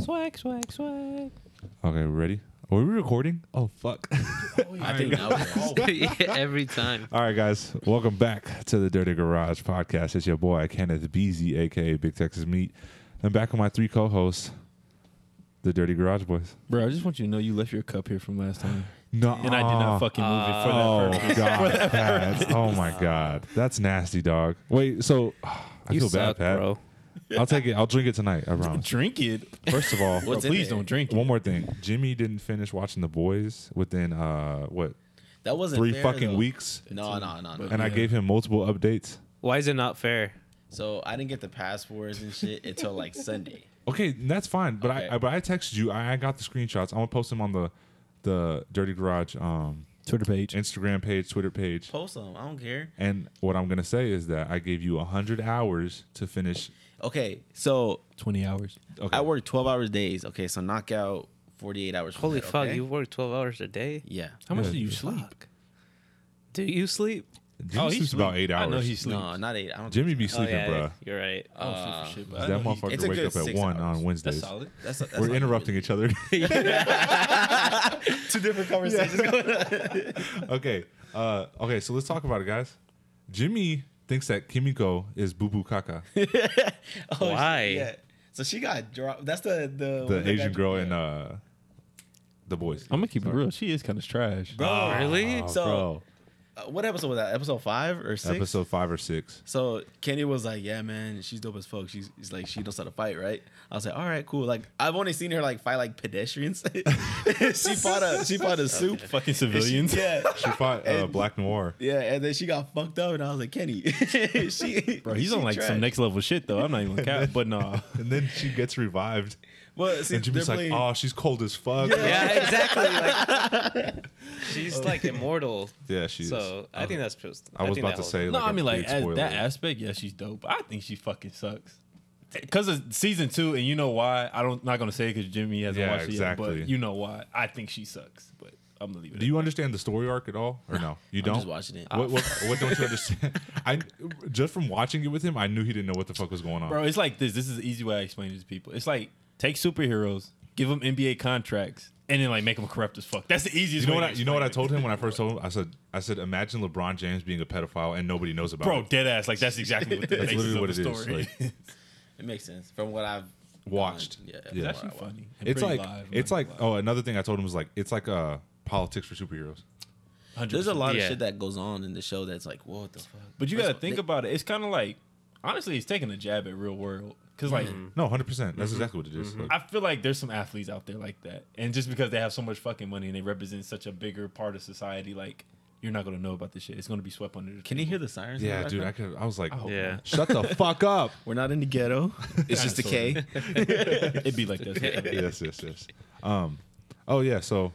Swag, swag, swag. Okay, ready? Are we recording? Oh fuck! I think that was every time. All right, guys, welcome back to the Dirty Garage Podcast. It's your boy Kenneth Beasy, aka Big Texas Meat, and back with my three co-hosts, the Dirty Garage Boys. Bro, I just want you to know you left your cup here from last time. No, And I did not fucking move it for Oh that purpose. god, Pat. oh my god, that's nasty, dog. Wait, so I feel bad, Pat. I'll take it. I'll drink it tonight. I promise. Drink it. First of all, Bro, What's in please there? don't drink it. one more thing. Jimmy didn't finish watching The Boys within uh what That wasn't three fair, fucking though. weeks, No, no, no, no. and I Yeah. gave him multiple updates. Why is it not fair? So I didn't get the passports and shit until like Sunday. Okay, that's fine. But Okay. I, I but I texted you. I, I got the screenshots. I'm gonna post them on the the Dirty Garage um Twitter page. Instagram page, Twitter page. Post them. I don't care. And what I'm gonna say is that I gave you hundred hours to finish. Okay, so 20 hours. Okay. I work twelve hours days. Okay, so knock out forty eight hours. from Holy that, fuck, okay? you work 12 hours a day? Yeah. How much Yeah. do you sleep? Do you sleep? Jimmy sleeps about eight hours. I know he sleeps. No, not eight. I don't. Jimmy think be so. sleeping, Oh, yeah, bruh. You're right. Oh, I don't sleep for shit, but I That know he- Oh, It's a motherfucker wake good up at six one hours. on That's Wednesdays. solid. That's, that's We're not interrupting each other. good. Two different conversations. okay. Uh, okay, so let's talk about it, guys. Jimmy thinks that Kimiko is Boo Boo Kaka, the Oh, shit, Why? yeah. So she got dropped. That's the the, one that Asian got- girl yeah. in uh, The Boys. I'm going to keep it real. She is kind of trash. Bro, Oh, really? Oh, So- bro. uh, what episode was that? Episode five or six? episode five or six. So Kenny was like, "Yeah, man, she's dope as fuck. She's, she's like, she knows how to fight, right?" I was like, "All right, cool." Like, I've only seen her like fight like pedestrians. she fought a she fought a soup. Fucking And she- civilians. yeah, She fought uh, And- Black Noir. yeah, and then she got fucked up, and I was like, "Kenny, she, Bro, he's on she like trash. some next level shit, though. I'm not even cap, but no. And then she gets revived. Well, see, And Jimmy's they're like, playing- oh, she's cold as fuck. Yeah, exactly. Like, she's like immortal. Yeah, she is. So I think that's supposed I was think about that to holds say, up. like, No, a I mean, like, big as spoiler. that aspect, yeah, she's dope. I think she fucking sucks. Because of season two, and you know why. I don't, not going to say because Jimmy hasn't Yeah, watched it yet, exactly. but you know why. I think she sucks, but I'm going to leave it Do you understand the story arc at all, or no? You don't. just watching it. What, what, what don't you understand? I just from watching it with him, I knew he didn't know what the fuck was going on. Bro, it's like this. This is the easy way I explain it to people. It's like take superheroes, give them NBA contracts, and then like make them corrupt as fuck. That's the easiest. You know way what? to I, you know what I explain told him when I first told him. I said, I said, imagine LeBron James being a pedophile and nobody knows about it. Bro, it. dead ass. Like that's exactly what the That's basis literally of what it the is, story. like- is. it makes sense from what I've Watched. done. Yeah, Yeah. it's yeah. actually funny. and It's pretty like live, I'm it's not like gonna lie. oh another thing I told him was like it's like uh politics for superheroes. 100%. There's a lot Yeah. of shit that goes on in the show that's like, what the fuck? but you got to First of all, think they- about it. It's kind of like honestly, it's taking a jab at real world because like. No, hundred percent. Mm-hmm. That's exactly what it is. Like, I feel like there's some athletes out there like that, and just because they have so much fucking money and they represent such a bigger part of society, like you're not gonna know about this shit. It's gonna be swept under. The Can you hear the sirens? in the yeah, dude. I background? could. I was like, hope Yeah. shut the fuck up. We're not in the ghetto. It's just the K. It'd be like that. yes, yes, yes. Um, oh yeah. So,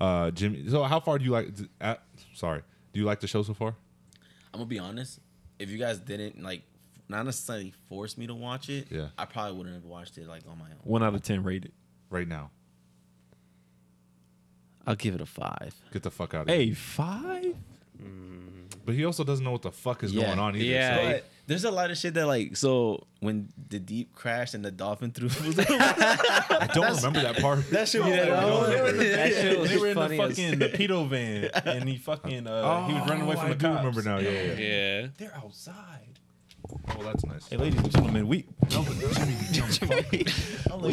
uh, Jimmy. So how far do you like? d- At, sorry, do you like the show so far? I'm gonna be honest. If you guys didn't like, not necessarily force me to watch it, Yeah. I probably wouldn't have watched it like on my own. One out of ten rated. Right now, I'll give it a five. get the fuck out of here. Hey, five? But he also doesn't know what the fuck is Yeah. going on either. Yeah. so- But there's a lot of shit that like so when the deep crashed and the dolphin threw that I don't remember that part. shit was I don't like, remember. That shit was "Oh, they were in the funny as- fucking the pedo van, and he fucking uh, he was running away Oh, from I the do cops. remember now. Yeah, yeah. yeah. Yeah. They're outside. Oh, that's nice. Hey, ladies and gentlemen, we. I'm like,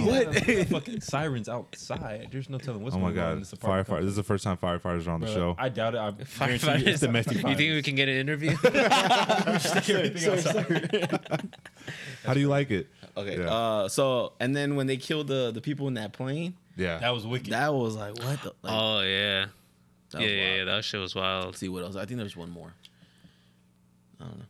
What? what? fucking sirens outside. There's no telling what's Oh my going on in god, this apartment. firefighter! This is the first time firefighters are on the Bro, show. I doubt it. I guarantee you Firefighters. it's domestic You think we violence. can get an interview? Everything outside. How do you like it? Okay. Yeah. Uh. So and then when they killed the the people in that plane, yeah. That was wicked. that was like what the. Like, oh, yeah. Yeah, that was yeah, wild. yeah. That shit was wild. Let's see what else. I think there's one more. I don't know.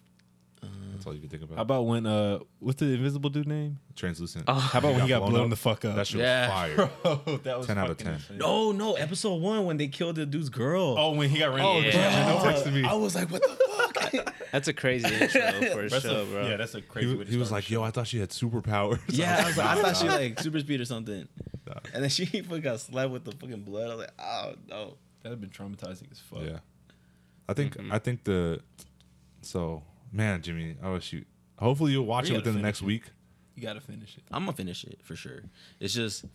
That's all you can think about. How about when uh, what's the invisible dude name? Translucent. Oh. How about when he got blown the up? fuck up? That shit Yeah. was fire. Bro, that was 10 out of fucking 10. insane. No, no. Episode one when they killed the dude's girl. Oh, when he got ran. Oh, over. yeah. Don't Uh, text me. I was like, what the fuck? That's a crazy intro for a That's show, a, bro. Yeah, that's a He, crazy. way w- to he was start like, "Yo, I thought she had superpowers." Yeah, I was like, I thought she nah. like super speed or something. Nah. And then she fucking got slapped with the fucking blood. I was like, oh no. That'd have been traumatizing as fuck. Yeah, I think I think the so man, Jimmy. Oh shoot. Hopefully you'll watch We it gotta within the finish next it. week. You gotta finish it. I'm gonna finish it for sure. It's just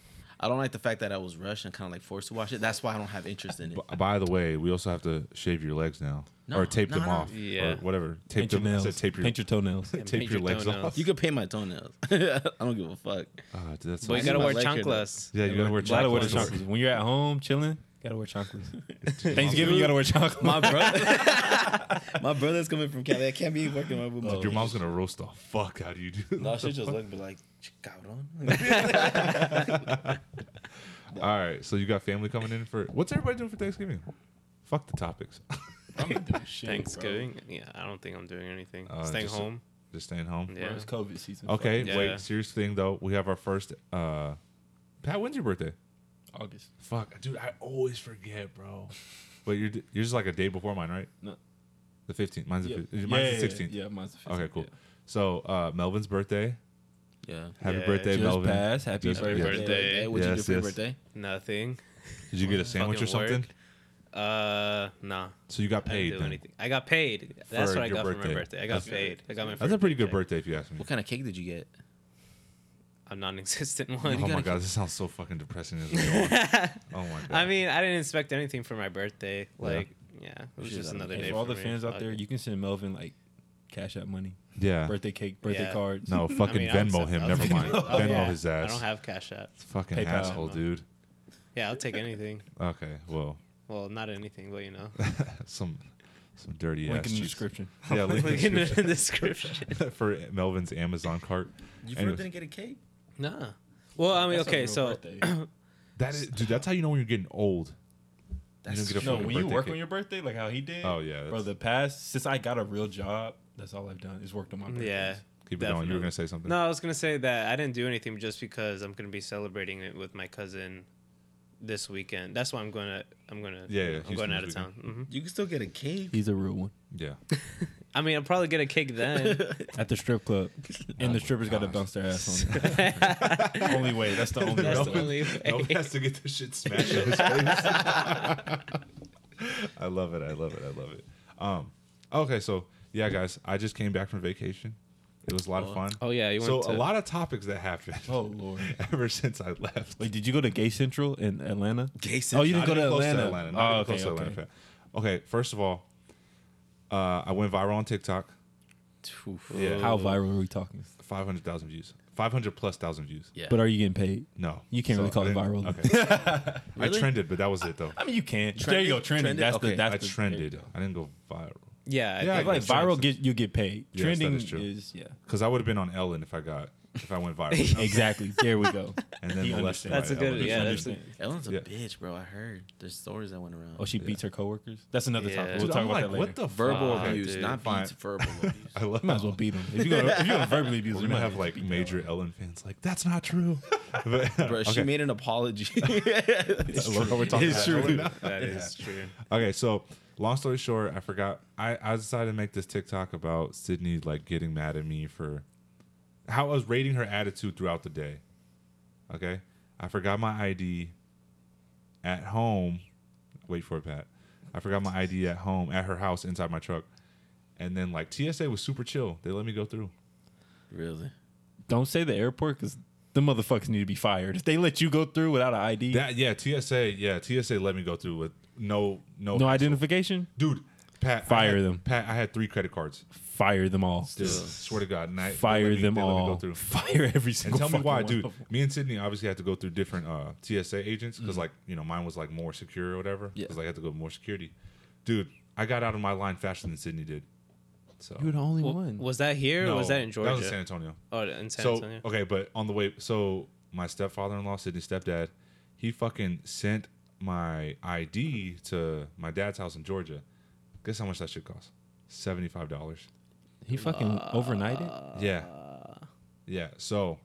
I don't like the fact that I was rushed and kind of like forced to watch it. That's why I don't have interest in it. B- by the way, we also have to shave your legs now, No, or tape no, them no. off, Yeah. or whatever. Tape Paint your them. I nails. said tape your. Paint your toenails. And Tape paint your legs off. toenails. You could paint my toenails. I don't give a fuck. Ah, dude, that's But you so- gotta my wear leg right now. chanclas. Yeah, you gotta wear You gotta wear the chanclas. chanclas. When you're at home chilling, gotta wear chanclas. Thanksgiving, you gotta wear chanclas. My brother, my brother's coming from Cali. I can't be working with my Like your mom's gonna roast the fuck out of you, dude. No, she just looked like, cabron. All right, so you got family coming in for what's everybody doing for Thanksgiving? Fuck the topics. I'm not doing shit, bro. Thanksgiving? Yeah, I don't think I'm doing anything. Uh, Staying just- home. Just staying home. Yeah. Bro, it's COVID season. Okay, Yeah. wait. Serious thing though, we have our first. uh Pat, when's your birthday? Fuck, August. Fuck, dude, I always forget, bro. But you're d- you're just like a day before mine, right? No. The fifteenth. Mine's Yeah. the Yeah, fif- mine's yeah, the sixteenth. Yeah, mine's the 15th. Okay, cool. yeah. So uh Melvin's birthday. Yeah. Happy Yeah, birthday, Just Melvin. passed. Happy Just- birthday. yeah. Birthday. What'd you do Yes, for your yes. birthday? Nothing. Did you get a sandwich or Fucking something? work. Uh, nah. So you got I didn't paid. do then. anything. I got paid. That's For what I your got for birthday. my birthday. I got That's- paid. I got my. That's a pretty good paycheck. birthday, if you ask me. What kind of cake did you get? A non-existent Oh one. my gotta god, this sounds so fucking depressing. As we are. oh my god. I mean, I didn't expect anything for my birthday. Like, yeah, it was Shit, just I don't another care. And day. for all for the me. fans out Fuck there, it. you can send Melvin like cash out money, yeah. birthday cake, birthday Yeah. cards. No, I fucking mean, I'll Venmo accept- him. I'll Never take- mind. Oh, Venmo yeah. his I ass. don't have Cash App. fucking PayPal. asshole, dude. Yeah, I'll take anything. Okay, well, Well, not anything, but you know. some some some dirty Link ass. in the juice. description. Yeah, link Look in in the the description. description for Melvin's Amazon cart. You Anyways. didn't get a cake? Nah. Well, I mean, That's not okay, real so birthday. That is, dude. That's how you know when you're getting old. you don't get a no, fucking when you birthday work cake. on your birthday, like how he did. Oh, yeah, bro. that's- The past since I got a real job, that's all I've done is worked on my birthday. yeah. Keep it going. You were definitely. gonna say something. No, I was gonna say that I didn't do anything just because I'm gonna be celebrating it with my cousin this weekend. That's why I'm gonna I'm gonna Yeah, yeah, I'm Houston going out of this town. hmm You can still get a cake. he's a real one Yeah. I mean, I'll probably get a cake then. at the strip club, and the strippers got to gosh. bounce their ass on. it. only way. That's the only. That's way. the only way. Melvin has to get this shit smashed in his face. I love it. I love it. I love it. Um. Okay, so yeah, guys, I just came back from vacation. It was a lot of fun. Oh yeah, you so went to a lot of topics that happened Oh lord. ever since I left. Wait, did you go to Gay Central in Atlanta? Gay Oh, you Central. didn't Not go to even close Atlanta. Not Oh, even close okay, to Atlanta. okay. Okay, first of all, uh, I went viral on TikTok. Oof. Yeah. How viral are we talking? Five hundred thousand views. Five hundred plus thousand views. Yeah. But are you getting paid? No, You can't really call I it didn't- viral. Okay, I Really? trended, but that was it though. I mean, you can. not There Trended? you go. Trending. Trended? That's Okay, the. That's I the, trended. I didn't go viral yeah, I Yeah, think Like that's- viral, get you get paid. Yes, that Trending is true. is yeah. because I would have been on Ellen if I got if I went viral. Exactly. There we go. And then He molested understands. by That's a good- Ellen. yeah, that's Understand. Ellen's a Yeah. bitch, bro. I heard. There's stories that went around. Oh, she beats her coworkers. That's another Yeah. topic. We'll Dude, talk I'm about like, that later. what the verbal fuck? abuse, dude. not Fine. beats, verbal abuse. I love. Might as well beat them. If you're gonna, if you're gonna verbally abuse, We're them, gonna might have as like well beat major Ellen fans like that's not true. But- Bro, she okay. made an apology. it's I love how we're talking It's about true. Ellen. that is true. Okay, so long story short, I forgot. I, I decided to make this TikTok about Sydney like getting mad at me for how I was rating her attitude throughout the day. Okay, I forgot my ID at home. Wait for it, Pat. I forgot my ID at home at her house inside my truck, and then like TSA was super chill. They let me go through. Really? them. Don't say the airport because the motherfuckers need to be fired. If they let you go through without an ID, That yeah, TSA yeah, TSA let me go through with no no no hassle. identification, Dude, Pat, I Fire had- them. Pat, I had three credit cards. fire them all. Dude, swear to God, and I, they Fire let me- them they let me go all. through. Fire every And single. tell me fucking why, one dude. of them. Me and Sydney obviously had to go through different uh, TSA agents because, Mm. like, you know, mine was like more secure or whatever. Yeah. Because I had to go more security. Dude, I got out of my line faster than Sydney did. So You were the only one. Was that here or No, was that in Georgia? That was in San Antonio. oh, in San so Antonio. okay, but on the way, so my stepfather-in-law, Sydney's stepdad, he fucking sent my ID to my dad's house in Georgia. Guess how much that shit cost? Seventy-five dollars. He fucking overnighted. Yeah. Uh, Yeah. So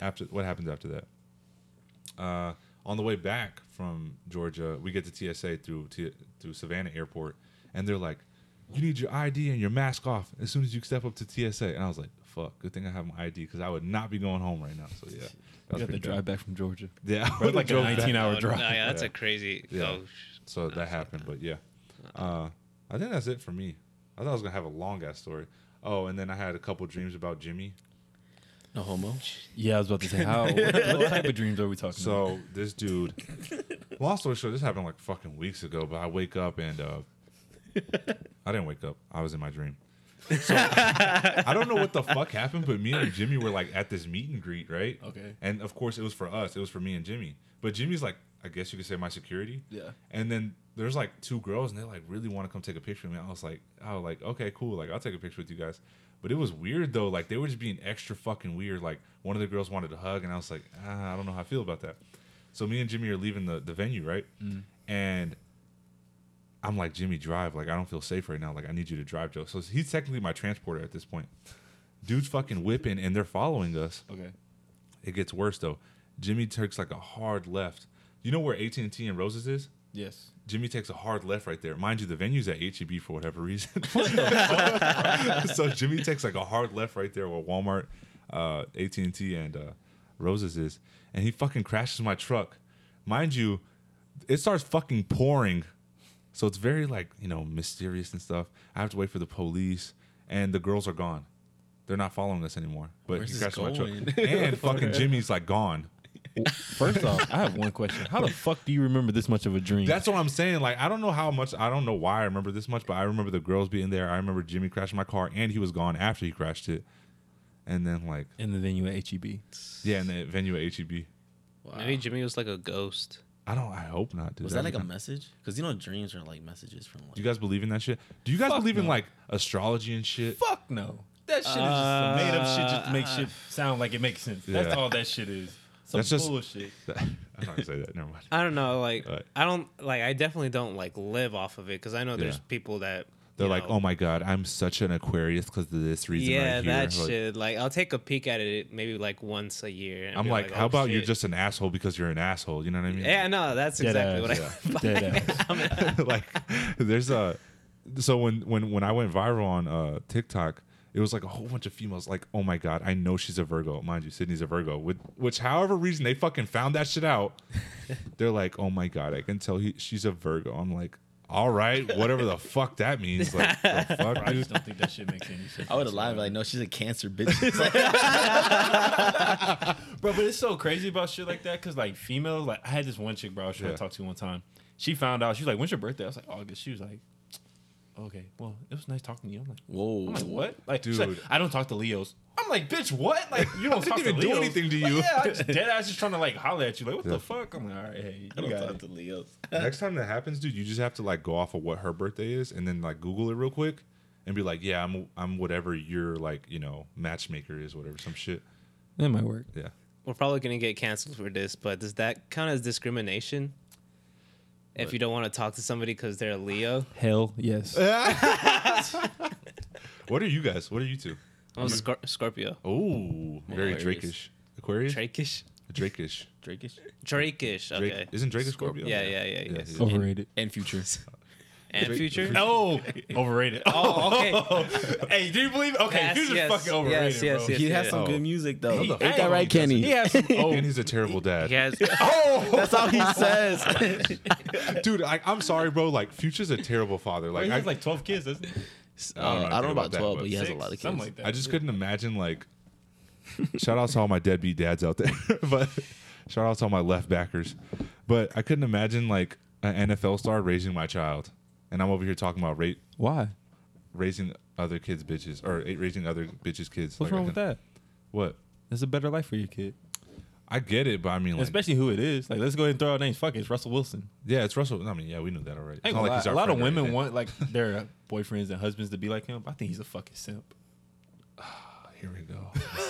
after what happens after that? Uh, on the way back from Georgia, we get to TSA through T- through Savannah Airport, and they're like, "You need your ID and your mask off as soon as you step up to TSA." And I was like, "Fuck, good thing I have my ID because I would not be going home right now." So yeah, that You was have to pretty drive back from Georgia. bad. Yeah, I Bro, would've like a drove back. 19 hour Oh, drive. no, yeah, that's Yeah. a crazy. Yeah. Oh, sh- So that happened, but yeah. Uh, I think that's it for me. I thought I was gonna have a long ass story. Oh, and then I had a couple dreams about Jimmy. No homo. Yeah, I was about to say how. What, what type of dreams are we talking about? So this dude, long story short, this happened like fucking weeks ago. But I wake up and uh, I didn't wake up. I was in my dream. So I don't know what the fuck happened, but me and Jimmy were like at this meet and greet, right? Okay. And of course, it was for us. It was for me and Jimmy. But Jimmy's like, I guess you could say my security. Yeah. And then there's like two girls, and they like really want to come take a picture of me. I was like, oh, like okay, cool. Like I'll take a picture with you guys. But it was weird though. Like they were just being extra fucking weird. Like one of the girls wanted to hug, and I was like, ah, I don't know how I feel about that. So me and Jimmy are leaving the the venue, right? And I'm like, Jimmy, drive. Like, I don't feel safe right now. Like, I need you to drive, Joe. So he's technically my transporter at this point. Dude's fucking whipping and they're following us. Okay. It gets worse though. Jimmy takes like a hard left. You know where AT and T and Roses is? Yes. Jimmy takes a hard left right there. Mind you, the venue's at HEB for whatever reason. so Jimmy takes like a hard left right there where Walmart, uh, AT and T, and uh, Roses is, and he fucking crashes my truck. Mind you, it starts fucking pouring, so it's very like you know mysterious and stuff. I have to wait for the police, and the girls are gone. They're not following us anymore. But Where's he this crashed my truck, going? and fucking Jimmy's like gone. First off, I have one question. How the fuck do you remember this much of a dream? That's what I'm saying. Like, I don't know how much, I don't know why I remember this much, but I remember the girls being there. I remember Jimmy crashing my car, and he was gone after he crashed it. And then, like, in the venue at E HEB. yeah, in the venue at HEB. Wow. Maybe Jimmy was like a ghost. I don't, I hope not, dude. was that like a That'd be- message? Because you know dreams are like messages from Do like. you guys believe in that shit? Do you guys believe in, like, astrology and shit? Fuck no. That shit is just some made up shit just to make shit sound like it makes sense. That's Yeah. all that shit is. Some That's just- bullshit. I'm not going to say that. Never mind. I don't know. Like Right. I don't like. I definitely don't like live off of it because I know there's Yeah. people that They're you like, know, oh my God, I'm such an Aquarius because of this reason yeah, right here. that Like, shit. Like I'll take a peek at it maybe like once a year. and I'm be like, how oh, about you're shit." just an asshole because you're an asshole? You know what I mean? Yeah, no, that's exactly what I. Dead ass. like there's a so when when when I went viral on uh TikTok, it was like a whole bunch of females like, "Oh my god, I know she's a Virgo." Mind you, Sydney's a Virgo. With which however reason they fucking found that shit out. They're like, "Oh my god, I can tell he, she's a Virgo." I'm like, "All right, whatever the fuck that means." Like, the fuck, I dude? just don't think that shit makes any sense. I would have lied, but like, no, she's a cancer bitch. It's like, bro. But it's so crazy about shit like that because like females, like I had this one chick, bro. I was trying Yeah. to talk to one time. She found out. She was like, "When's your birthday?" I was like, "August." She was like, "Okay, well, it was nice talking to you." I'm like, whoa. "I'm like what?" Like, she's like, Dude. I don't talk to Leos. I'm like, "Bitch, what?" Like, you don't talk didn't even to do Leos. anything to Like, you. yeah, I just dead ass just trying to like holler at you. Like, what Yeah. the fuck? I'm like, "All right, hey, I you don't got talk it." to Leos. Next time that happens, dude, you just have to like go off of what her birthday is and then like Google it real quick and be like, "Yeah, I'm I'm whatever your like, you know, matchmaker is, whatever some shit." That might work. Yeah. We're probably gonna get canceled for this, but does that count as discrimination? If you don't want to talk to somebody because they're a Leo, Hell yes. What are you guys? What are you two? I'm a Scor- Scorpio. Oh, very Aquarius. Drakish. Aquarius? Drakish. Drakish. Drakish Drakish. Drake, Okay. Isn't Drake a Scorpio? Yeah, yeah, yeah, Yeah, yes. yeah. Overrated. and future. And Drake- future. Drake- Oh, overrated. Oh, okay. hey, do you believe? Okay, Yes, Future's yes, fucking overrated, yes, yes, bro. yes. He has some Oh. good music though. No, the Ain't that fuck right, he doesn't. Kenny? He has some And he's a terrible dad. He has. Oh. That's all he says. Dude, I, I'm sorry, bro. Like, Future's a terrible father. Like, he I, has like 12 kids, doesn't he? I don't know, I don't know about that, twelve, but but he has a Six, lot of Something like kids. that. I just couldn't imagine, like, shout out to all my deadbeat dads out there, but shout out to all my left backers. But I couldn't imagine, like, an NFL star raising my child. And I'm over here talking about ra- Why? raising other kids' bitches or eh, raising other bitches' kids. What's Like, I wrong with can- that? What? It's a better life for your kid, I get it, but I mean, like, especially who it is. Like, let's go ahead and throw out names. Fuck it, it's Russell Wilson. yeah, it's Russell. I mean, yeah, we knew that already. It's Ain't not gonna like lie, he's a our lot of friend or women anything. want like their boyfriends and husbands to be like him. but I think he's a fucking simp. Here we go.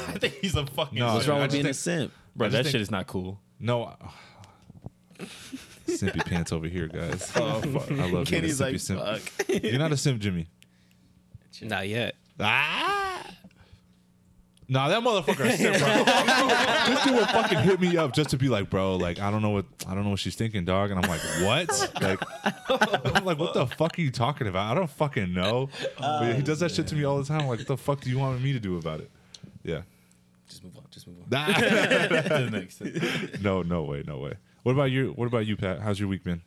I think he's a fucking. No, What's simp. wrong I with just being a think- simp? bro? I That just shit think- is not cool. No. I- Simpy pants over here, guys. Oh, fuck. I love being a Kenny's simpy like, simp. fuck. You're not a simp, Jimmy. Not yet. Ah. Nah, that motherfucker a simp, bro. this dude would fucking hit me up just to be like, bro, like I don't know what I don't know what she's thinking, dog. And I'm like, what? Like, I'm like, what the fuck are you talking about? I don't fucking know. But he does that shit to me all the time. I'm like, what the fuck do you want me to do about it? Yeah. Just move on. Just move on. Nah. Doesn't make sense. no, no way, no way. What about you? What about you, Pat? How's your week been?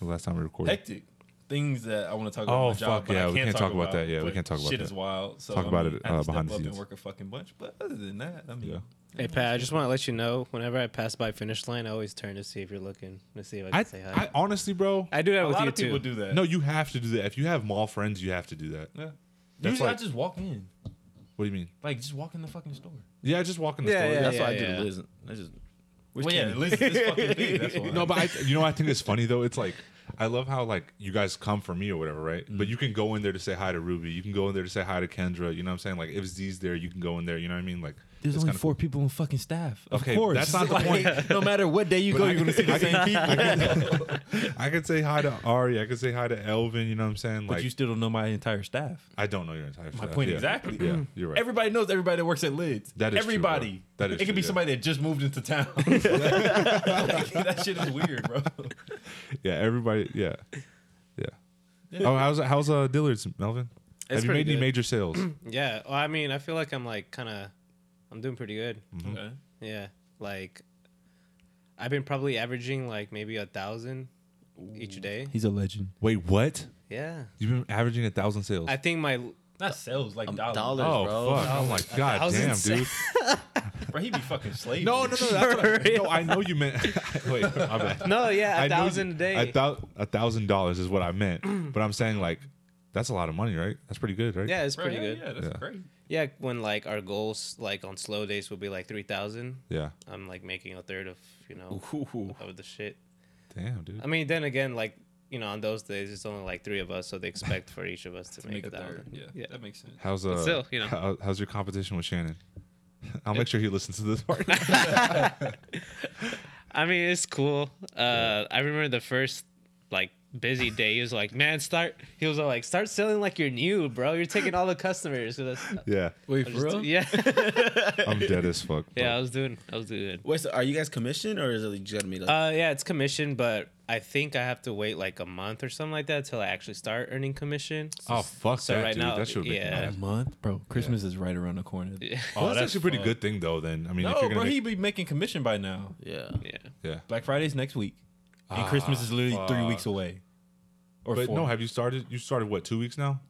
The last time we recorded. Hectic. things that I want to talk about. Oh, Oh my job, fuck, but I yeah, we can't can't talk about that. Yeah, we but can't talk about shit that. is wild. So Talk I about mean, it, I have to uh, step behind the up and scenes. work a fucking bunch. But other than that, I mean, Yeah. Hey Pat, I just want to let you know. Whenever I pass by finish line, I always turn to see if you're looking to see if I can I, say hi. I honestly, bro. I, do that a with lot you of people too. do that. no, you have to do that. If you have mall friends, you have to do that. Yeah. That's Usually like- I just walk in, What do you mean? like just walk in the fucking store. Yeah, just walk in the Yeah, store. yeah, That's yeah. what I do to Liz. I just which well, yeah, can- at least this fucking thing. That's why. No, but I, you know, what I think it's funny though. It's like I love how like you guys come for me or whatever, right? But you can go in there to say hi to Ruby. You can go in there to say hi to Kendra. You know what I'm saying? Like if Z's there, you can go in there. You know what I mean? Like There's it's only kinda four people on fucking staff. Of Okay, course, that's not the point. No matter what day you go, I- you're gonna see I the can- same people. cool. I could say hi to Ari. I could say hi to Elvin. You know what I'm saying? But Like you still don't know my entire staff. I don't know your entire. My point yeah. exactly. Yeah, you're right. Everybody knows everybody that works at Lids. That is true, bro. everybody. That is It true, could be yeah. somebody that just moved into town. Like, that shit is weird, bro. yeah, everybody. Yeah, yeah. Oh, how's how's uh Dillard's Melvin? It's Have you pretty made any good. major sales? Yeah, well, I mean, I feel like I'm like kind of, I'm doing pretty good. Mm. Okay. Yeah, like, I've been probably averaging like maybe a thousand each day. He's a legend. Wait, what? Yeah, You've been averaging a thousand sales. I think my Not sales, Um, like dollars. dollars. oh bro. fuck! Oh my god, thousand damn, sales. dude. Bro, he be fucking slaving. No, no, no. That's what I, no, I know you meant. Wait, my bad. no, yeah, I a know you- thousand a day. A, thou, a thousand dollars is what I meant, but I'm saying like that's a lot of money, right? That's pretty good, right? yeah, it's Bro, pretty hell good. Yeah, that's Yeah. crazy. Yeah, when like our goals, like on slow days, will be like three thousand. Yeah. I'm like making a third of you know Ooh. of the shit. Damn, dude. I mean, then again, like you know, on those days, it's only like three of us, so they expect for each of us to, make, Make a a third. thousand. Yeah, that makes sense. How's uh? still, you know. how- how's your competition with Shannon? I'll make sure he listens to this part. I mean, it's cool. Uh, I remember the first like busy day. He was like, "Man, start." He was like, "Start selling like you're new, bro. You're taking all the customers." So that's- yeah, Wait, I for was real? do- yeah, I'm dead as fuck. bro. yeah. I was doing, I was doing good. Wait, so are you guys commissioned or is it like, you gotta meet up? Uh, yeah, it's commission, but I think I have to wait like a month or something like that till I actually start earning commission. So- Oh fuck so that, right dude. now- that should make yeah. yeah. A A month, bro. Christmas is right around the corner. yeah, Oh, that's, that's actually a pretty fucked. good thing though. Then I mean, if you're No, gonna bro, make, he be making commission by now. yeah. yeah. yeah. Black Friday's next week, and Christmas is literally three fuck. weeks away. Or But four. no, have you started? You started what? Two weeks now.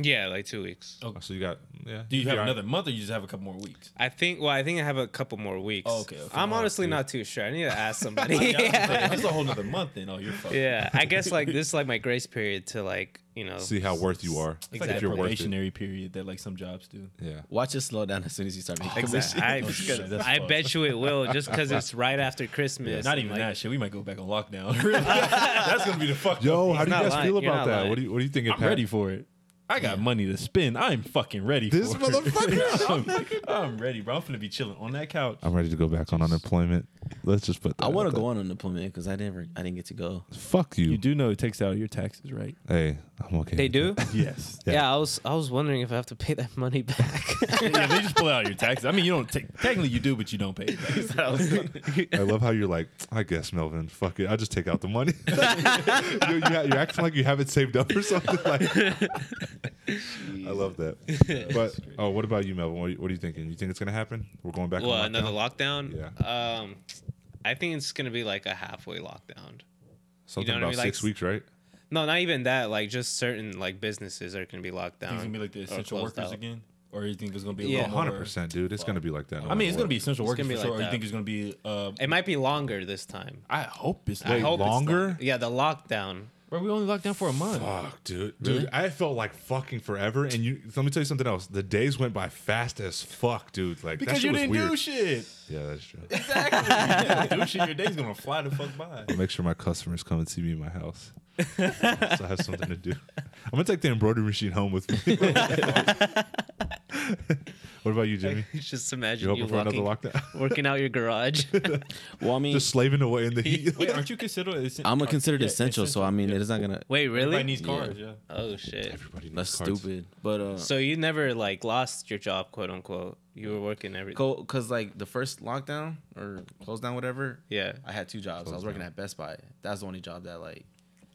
Yeah, like two weeks. Oh, so you got yeah. Do you You're have all right. another month, or you just have a couple more weeks? I think. Well, I think I have a couple more weeks. Oh, okay, okay. I'm Oh, honestly not too sure. I need to ask somebody. Yeah, I was gonna say, yeah. That's a whole nother month. Then oh, you're fucked. I guess like this is like my grace period to like you know See how worth you are. It's like If a you're worth it. probationary period that like some jobs do. Yeah. Watch it slow down as soon as you start making commission. Exactly. I, Oh, shit, that's I fucked. bet you it will, just because it's right after Christmas. Not and, even like, that shit. We might go back on lockdown. Really. that's gonna be the fuck. Yo, up. how do you not guys lying. feel You're about not that? lying. What do you What do you think? I'm ready for it. I got money to spend. I'm fucking ready. This for it. motherfucker. I'm, I'm ready, bro. I'm finna be chilling on that couch. I'm ready to go back on unemployment. Let's just put. That I want out to go there. on unemployment because I never, I didn't get to go. Fuck you. You do know it takes out your taxes, right? Hey, I'm okay. They with do. that. Yes. Yeah. I was I was wondering if I have to pay that money back. yeah, they just pull out your taxes. I mean, you don't. T- technically, you do, but you don't pay. it back. I love how you're like. I guess Melvin. Fuck it. I'll just take out the money. you, you, ha- you're acting like you have it saved up or something. Like, I love that. But oh, what about you, Melvin? What are you, what are you thinking? You think it's gonna happen? We're going back. well, on another lockdown? lockdown. Yeah. Um, I think it's gonna be like a halfway lockdown. Something what I about mean? Like- six weeks, right? No, not even that. Like just certain like businesses are gonna be locked down. It's gonna be like the or essential closed workers out. again, or you think it's gonna be a Yeah. little more- Hundred percent, dude. It's gonna be like that. no I mean, matter it's gonna what. be essential workers gonna be for sure. like or you that. think it's gonna be? Uh, It might be longer this time. I hope it's. I not. hope it's longer? not- yeah, the lockdown. Bro, we only locked down for a month. Fuck, dude, dude, I felt like fucking forever. And you, let me tell you something else. The days went by fast as fuck, dude. Like that Because shit you was didn't weird. do shit. yeah, that's true. Exactly. do shit, your day's gonna fly the fuck by. I'll make sure my customers come and see me in my house, so I have something to do. I'm gonna take the embroidery machine home with me. what about you, Jimmy? just You imagine you hoping for another walking, lockdown? working out your garage. Well, I mean, Just slaving away in the heat. Wait, aren't you considered? Essen- I'm uh, gonna consider it yeah, essential, so I mean, it's not gonna. Wait, Everybody really? needs Yeah. cars. Yeah. Oh shit. Everybody That's needs cards. stupid. But uh, So you never like lost your job, quote unquote. You were working every. go because like the first lockdown or close down, whatever. Yeah. I had two jobs. I was working at Best Buy. That's the only job that like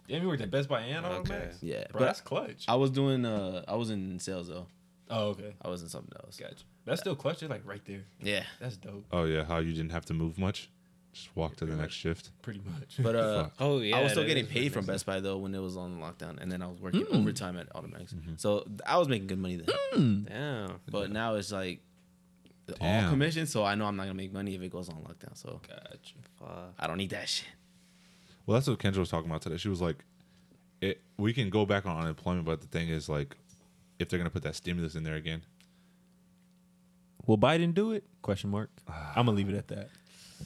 Damn, you worked at Best Buy and Auto Okay. Max. Yeah, bro, but- that's clutch. I was doing. Uh, I was in sales though. oh, okay. I was in something else. Gotcha. That's still clutch. It's like right there. Yeah. That's dope. Oh yeah, how you didn't have to move much. Just walk to the next shift. pretty much. But uh, Fuck. Oh yeah. I was still that getting is paid from pretty Hmm. Best Buy though when it was on lockdown, and then I was working overtime at Automax, so th- I was making good money then. nice. Damn. But now it's like all Damn. commission, so I know I'm not gonna make money if it goes on lockdown. So Gotcha. Fuck. I don't need that shit. Well, that's what Kendra was talking about today. She was like, "It we can go back on unemployment, but the thing is, like, if they're gonna put that stimulus in there again, Will Biden do it? Question mark. I'm gonna leave it at that.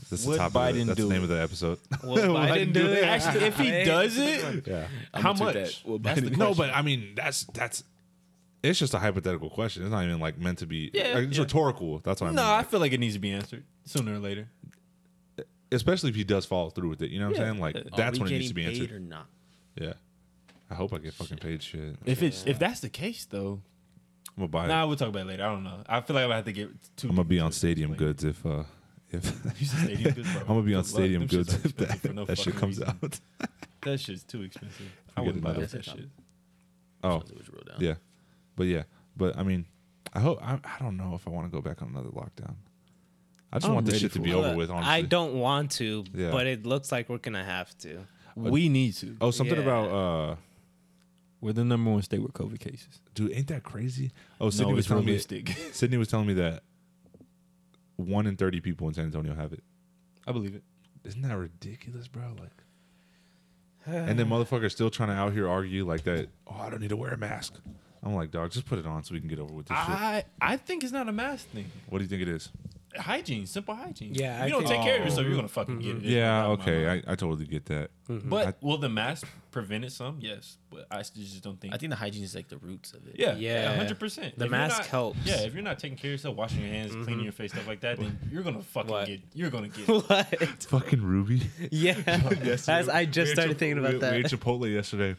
that's Would the top. Of the, Biden that's do the name it? of the episode. Well, Would Biden do it. Actually, if he does it, yeah. how gonna tweet much? that. Will That's the Biden- No, question. but I mean, that's that's. It's just a hypothetical question. It's not even like meant to be. Yeah, like, it's yeah. rhetorical. That's what I mean. No, I feel like it needs to be answered sooner or later. Especially if he does follow through with it. You know what Yeah. Uh, I'm saying? Like Are Are that's we when it needs getting to be paid answered. or not? Yeah. I hope I get fucking paid. Shit. If it's if that's the case though, I'm gonna buy. it. nah, we'll talk about it later. I don't know. I feel like I'm gonna have to get two. I'm gonna be on Stadium Goods if uh if You said Stadium Goods, bro. I'm gonna be on Good luck. Stadium Them shits Goods are if that, expensive for no that shit fucking comes reason. out. That shit's too expensive. I Forget wouldn't buy about that it. shit. Oh Which roll down. yeah, but yeah, but I mean, I hope I, I don't know if I want to go back on another lockdown. I just I'm want this ready shit to for be it. over with. Honestly, I don't want to, Yeah. but it looks like we're gonna have to. We need to. Oh, something Yeah. about uh, We're the number one state with COVID cases. dude, ain't that crazy? Oh, Sydney No, was it's telling realistic. me. Sydney was telling me that one in thirty people in San Antonio have it. I believe it. Isn't that ridiculous, bro? Like. And then motherfuckers still trying to out here argue like that. Oh, I don't need to wear a mask. Ah. I'm like, dog, just put it on so we can get over with this shit. I I think it's not a mask thing. What do you think it is? Hygiene, simple hygiene. Yeah, If I you don't think- Mm-hmm. take care of Oh. yourself, you're gonna fucking get it. It's Yeah, not my okay, mind. I, I totally get that. But will the mask prevent it some? Yes, but I still just don't think. I think the hygiene is like the roots of it. yeah, Yeah. yeah, hundred percent. The mask helps. Mm-hmm. Yeah, if you're not taking care of yourself, washing your hands, cleaning your face, stuff like that, then you're gonna fucking What? get. You're gonna get. what? Fucking Ruby. Yeah. As I just started thinking about We that. ate Chipotle yesterday,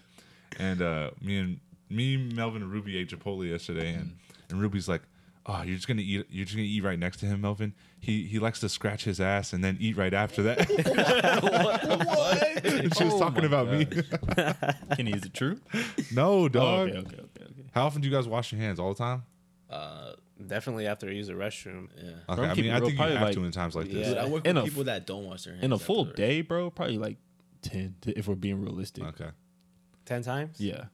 and uh, me and me, Melvin, and Ruby ate Chipotle yesterday, and and Ruby's like, "Oh, you're just gonna eat. You're just gonna eat right next to him, Melvin. He he likes to scratch his ass and then eat right after that." what? And she was Oh talking about me. Kenny, is it true? no, Oh, dog. okay, okay, okay, okay. How often do you guys wash your hands? All the time? Uh, definitely after I use the restroom. Yeah. Okay, Bro, I'm I mean, keeping I it real, think you probably have like- to in times like this. Dude, I work with In a- people that don't wash their hands. In a full afterwards. day, bro, probably like ten. To, if we're being realistic, Okay. Ten times. yeah.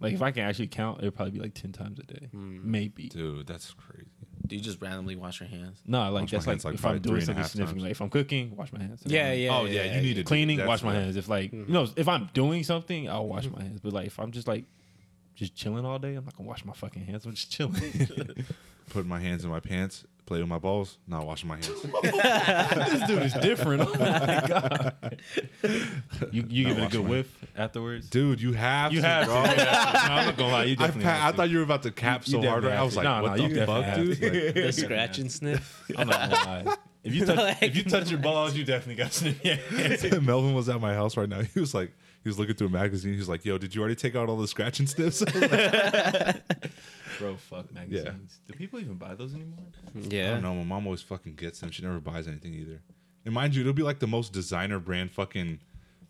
Like if I can actually count, it'd probably be like ten times a day, maybe. Hmm. Dude, that's crazy. Do you just randomly wash your hands? No, like Wash my that's like, hands, like, if probably I'm doing three and a something half significant, times. like if I'm cooking, wash my hands. If Yeah. I'm Yeah. Oh, yeah, you need to do- Cleaning, that's Hmm. wash my what- hands. If like no, if I'm doing something, I'll wash my hands. But like if I'm just like just chilling all day, I'm not gonna wash my fucking hands. I'm just chilling. Put my hands in my pants, play with my balls, not washing my hands. this dude is different. Oh my god. You you give it a good whiff afterwards. Dude, you have you to, have to. bro. you have to. No, I'm not gonna lie. You I, definitely. pa- I have to. thought you were about to cap You so hard. definitely Right? I have was to. like, No, what no, you the fuck, definitely dude? Like, The scratch and sniff. I'm not gonna lie. If you touch if you touch your balls, you definitely got some. Yeah. Melvin was at my house right now. He was like, he was looking through a magazine. He was like, yo, did you already take out all the scratch and sniffs? I Bro, fuck magazines. Do people even buy those anymore? Yeah. don't know. My mom always fucking gets them. She never buys anything either. And mind you, it'll be like the most designer brand fucking.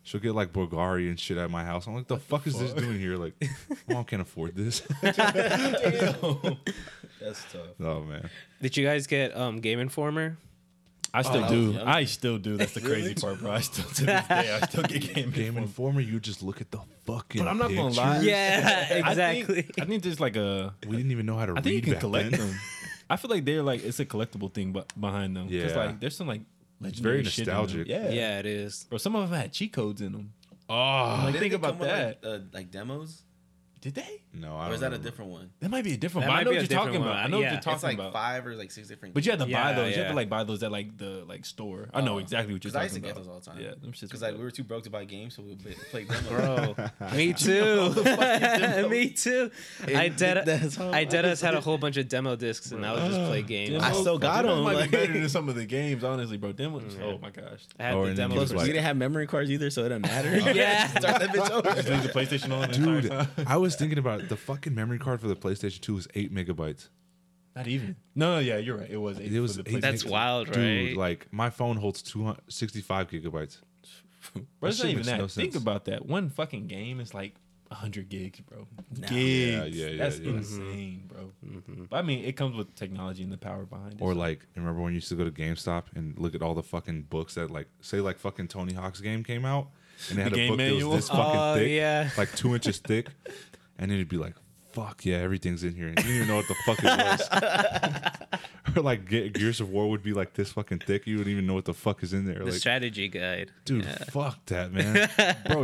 She'll get like Bulgari and shit at my house. I'm like, the, fuck, is this doing here? Like, my mom can't afford this. That's tough. oh man, Did you guys get um Game Informer? I still Oh, that was do. young. I still do. That's the crazy part, bro. I still to this day. I still get game. Game Informer, you just look at the fucking. But I'm not gonna picture. lie. Yeah. I think, I think there's like a. We didn't even know how to I read think you can back collect then. them. I feel like they're like it's a collectible thing, but behind them, because Yeah. like there's some like very legendary shit in them. nostalgic. Yeah. yeah, it is. Bro, some of them had cheat codes in them. Oh Like Didn't think they about come with, that. Like, uh, like demos, Did they? no, I or don't is that a remember. different one? That might be a different. That But I might know be what a you're talking different about. I one. know Yeah. what you're It's talking it's like about. five or like six different. But you had to buy Yeah, those. You had yeah. to like buy those at like the like store. I know Oh. exactly what you're Because I talking used to about. get those all the time. Yeah, them shits. Because were like dope. we were too broke to buy games, so we would play, play demos. Bro, me too. me too. I did. That's how I I did us had a whole bunch of demo discs, and I would just play games. I still got Demos them, Might like- be better than some of the games, honestly, bro. Demos. Oh my gosh. I had Oh, the and then demo you Plus, discs. like- we didn't have memory cards either, so it didn't matter. Yeah. start that bitch Just leave over. the PlayStation on, the entire Dude, time. I was thinking about it. the fucking memory card for the PlayStation 2 was eight megabytes. Not even. No, no, yeah, you're right. It was. Eight It was for the eight That's megabytes. PlayStation. wild, right? Dude, like my phone holds 265 gigabytes. Bro, it's That not shit even makes that. no Think sense. about that. One fucking game is like hundred gigs, bro. Nah. Gigs. Yeah, yeah, yeah, That's yeah. Mm-hmm. Mm-hmm. insane, bro. But I mean, it comes with technology and the power behind it. Or so- like, remember when you used to go to GameStop and look at all the fucking books that like, say like fucking Tony Hawk's game came out, and they had The a game book that manual? was this fucking Oh, thick, yeah. like two inches thick, and then you'd be like, "Fuck yeah, everything's in here." And you didn't even know what the fuck it was. or like, Ge- Gears of War would be like this fucking thick. You wouldn't even know what the fuck is in there. the Like, strategy guide. dude, fuck that, man. bro.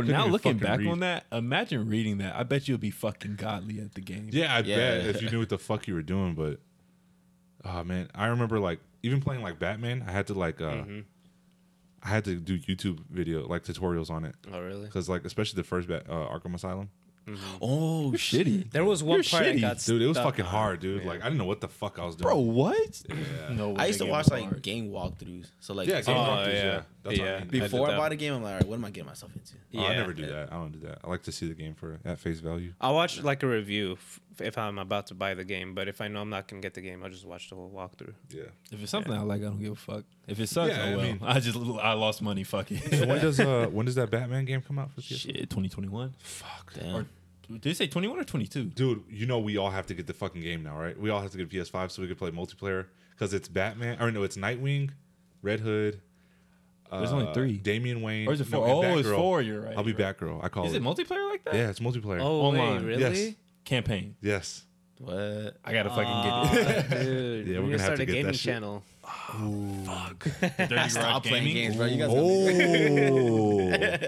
Now even looking fucking back read. on that, imagine reading that. I bet you'll be fucking godly at the game. Yeah, I Yeah. bet if you knew what the fuck you were doing, but oh man, I remember like even playing like Batman, I had to like uh Mm-hmm. I had to do YouTube video like tutorials on it Oh, really? cuz like especially the first Bat- uh, Arkham Asylum. Oh shit. Shitty, There was one You're part I shitty, got Dude, it was stuck fucking on. hard, dude. Like I didn't know what the fuck I was doing. bro. What? No, way I used to that game watch was like hard. game walkredos. So like Yeah, oh, game walkthroughs, yeah. yeah. That's what I Yeah. mean. Be- I before did I that. bought a game, I'm like, all right, what am I getting myself into? Oh, I Yeah. never do that. I don't do that. I like to see the game for at face value. I'll watch like a review f- if I'm about to buy the game, but if I know I'm not gonna get the game, I'll just watch the whole walkthrough. Yeah. If it's something I like, I don't give a fuck. If it sucks, Yeah, I oh well. I, mean- just I lost money. Fuck So it. when does uh when does that Batman game come out for PS4? Shit, 2021. Fuck. Damn. Or did they say 21 or 22? dude, you know we all have to get the fucking game now, right? We all have to get a PS5 so we can play multiplayer because it's Batman. Or no, it's Nightwing, Red Hood. uh, There's only three. Damian Wayne. Or is it no, four? and oh, it's Batgirl. four. You're right. I'll be you're right. Batgirl. I call Is it. it multiplayer like that? yeah, it's multiplayer. Oh, Online, wait, yes. really? Campaign. Yes. What? Uh, I gotta fucking Aw, get Ah, dude, Yeah, we're, gonna we're gonna have start to a get that gaming shit. channel. it. Dirty Stop Garage playing Gaming. games, bro. You guys. got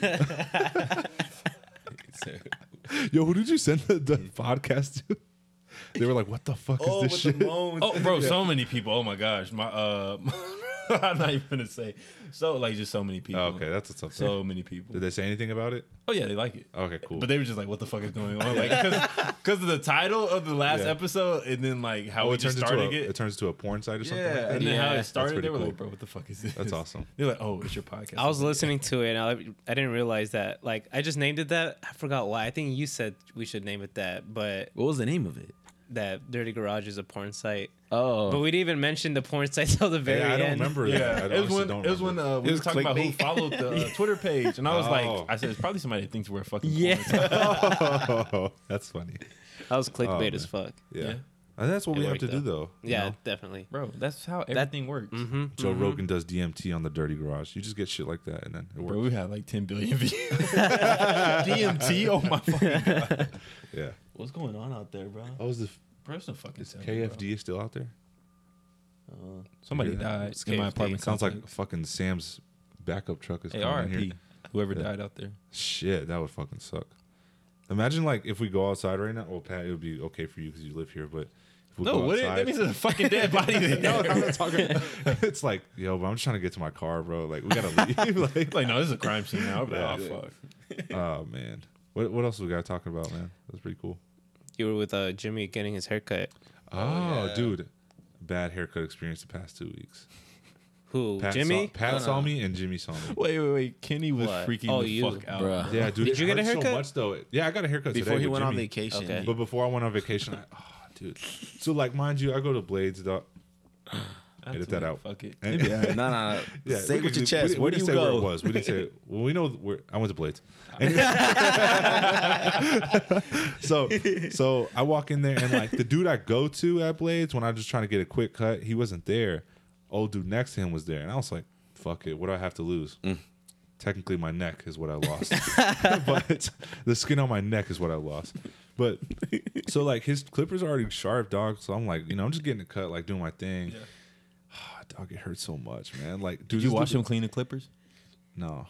me- Oh. fuck. Yo, who did you send the, the podcast to? They were like, "What the fuck Oh, is with this the shit?" moans. Oh, bro, so many people. Oh my gosh, my uh, I'm not even gonna say. So like, just so many people. Oh, okay, that's what's up. So, So many people. did they say anything about it? Oh yeah, they like it. Okay, cool. But they were just like, "What the fuck is going on?" Like, because of the title of the last Yeah. episode, and then like how Oh, we it turns just into a, started it. it. turns into a porn site or something. yeah, like that. and then how Yeah. it That's started, pretty they were cool. like, "Bro, what the fuck is this?" That's awesome. They're like, "Oh, it's your podcast." I was listening to it and I, I didn't realize that. Like, I just named it that. I forgot why. I think you said we should name it that, but What was the name of it? that Dirty Garage is a porn site. But Oh, we didn't even mention the porn site till the very Yeah, I end. don't remember. Yeah, that. I it was honestly when don't it was when remember. uh, we It were was talking about who clickbait. followed the uh, Twitter page, and I was Oh. like, I said, "It's probably somebody that thinks we're a fucking." Yeah. porn site." that's funny. That was clickbait Oh, man. as fuck. Yeah, Yeah. and that's what It we have worked to do out. though. you Yeah, know? definitely. bro, that's how everything works. hmm Joe Mm-hmm. Rogan does DMT on the Dirty Garage. You just get shit like that, and then it works. Bro, we had like 10 billion views. DMT, oh my fucking god. Yeah. What's going on out there, bro? Oh, is the Person fucking tell me, bro. KFD is still out there? Somebody Yeah. died It's in my KFD. apartment. Sounds like complex. fucking Sam's backup truck is hey, coming in RIP. here. Whoever Yeah. died out there. Shit, that would fucking suck. Imagine like if we go outside right now. Well, Pat, it would be okay for you because you live here, but if we No, go what it, outside, that means there's a fucking dead body No, there. I'm not talking. it's like, yo, but I'm just trying to get to my car, bro. Like, we gotta leave. like, like, no, this is a crime scene now. But, Yeah. oh, fuck. oh man, what what else we gotta talk about, man? That's pretty cool. You were with uh, Jimmy getting his haircut. Oh, dude, bad haircut experience the past two weeks. Who? Pat Jimmy? saw, Pat saw me and Jimmy saw me. Wait, wait, wait. Kenny was What? freaking Oh, the you, fuck out. bro. Yeah, dude, Did it you get a hurt So haircut? much though. Yeah, I got a haircut before today he with went on Jimmy. vacation. Okay. But before I went on vacation, I, oh, dude. So like, mind you, I go to Blades. Dog. Edit that out. Fuck it. And- Yeah, no, no, no. Yeah, Say we didn't- it with your we chest. didn't- Where we do didn't you say Where go? it was. We didn't say. Well, we know where I went to Blades. so, so I walk in there and like the dude I go to at Blades when I was just trying to get a quick cut, he wasn't there. Old dude next to him was there, and I was like, "Fuck it, what do I have to lose?" Mm. Technically, my neck is what I lost, but the skin on my neck is what I lost. But so like his clippers are already sharp, dog. So I'm like, you know, I'm just getting a cut, like doing my thing. dog, it hurts so much, man. Like, dude, Did you this watch dude- him clean the clippers? No,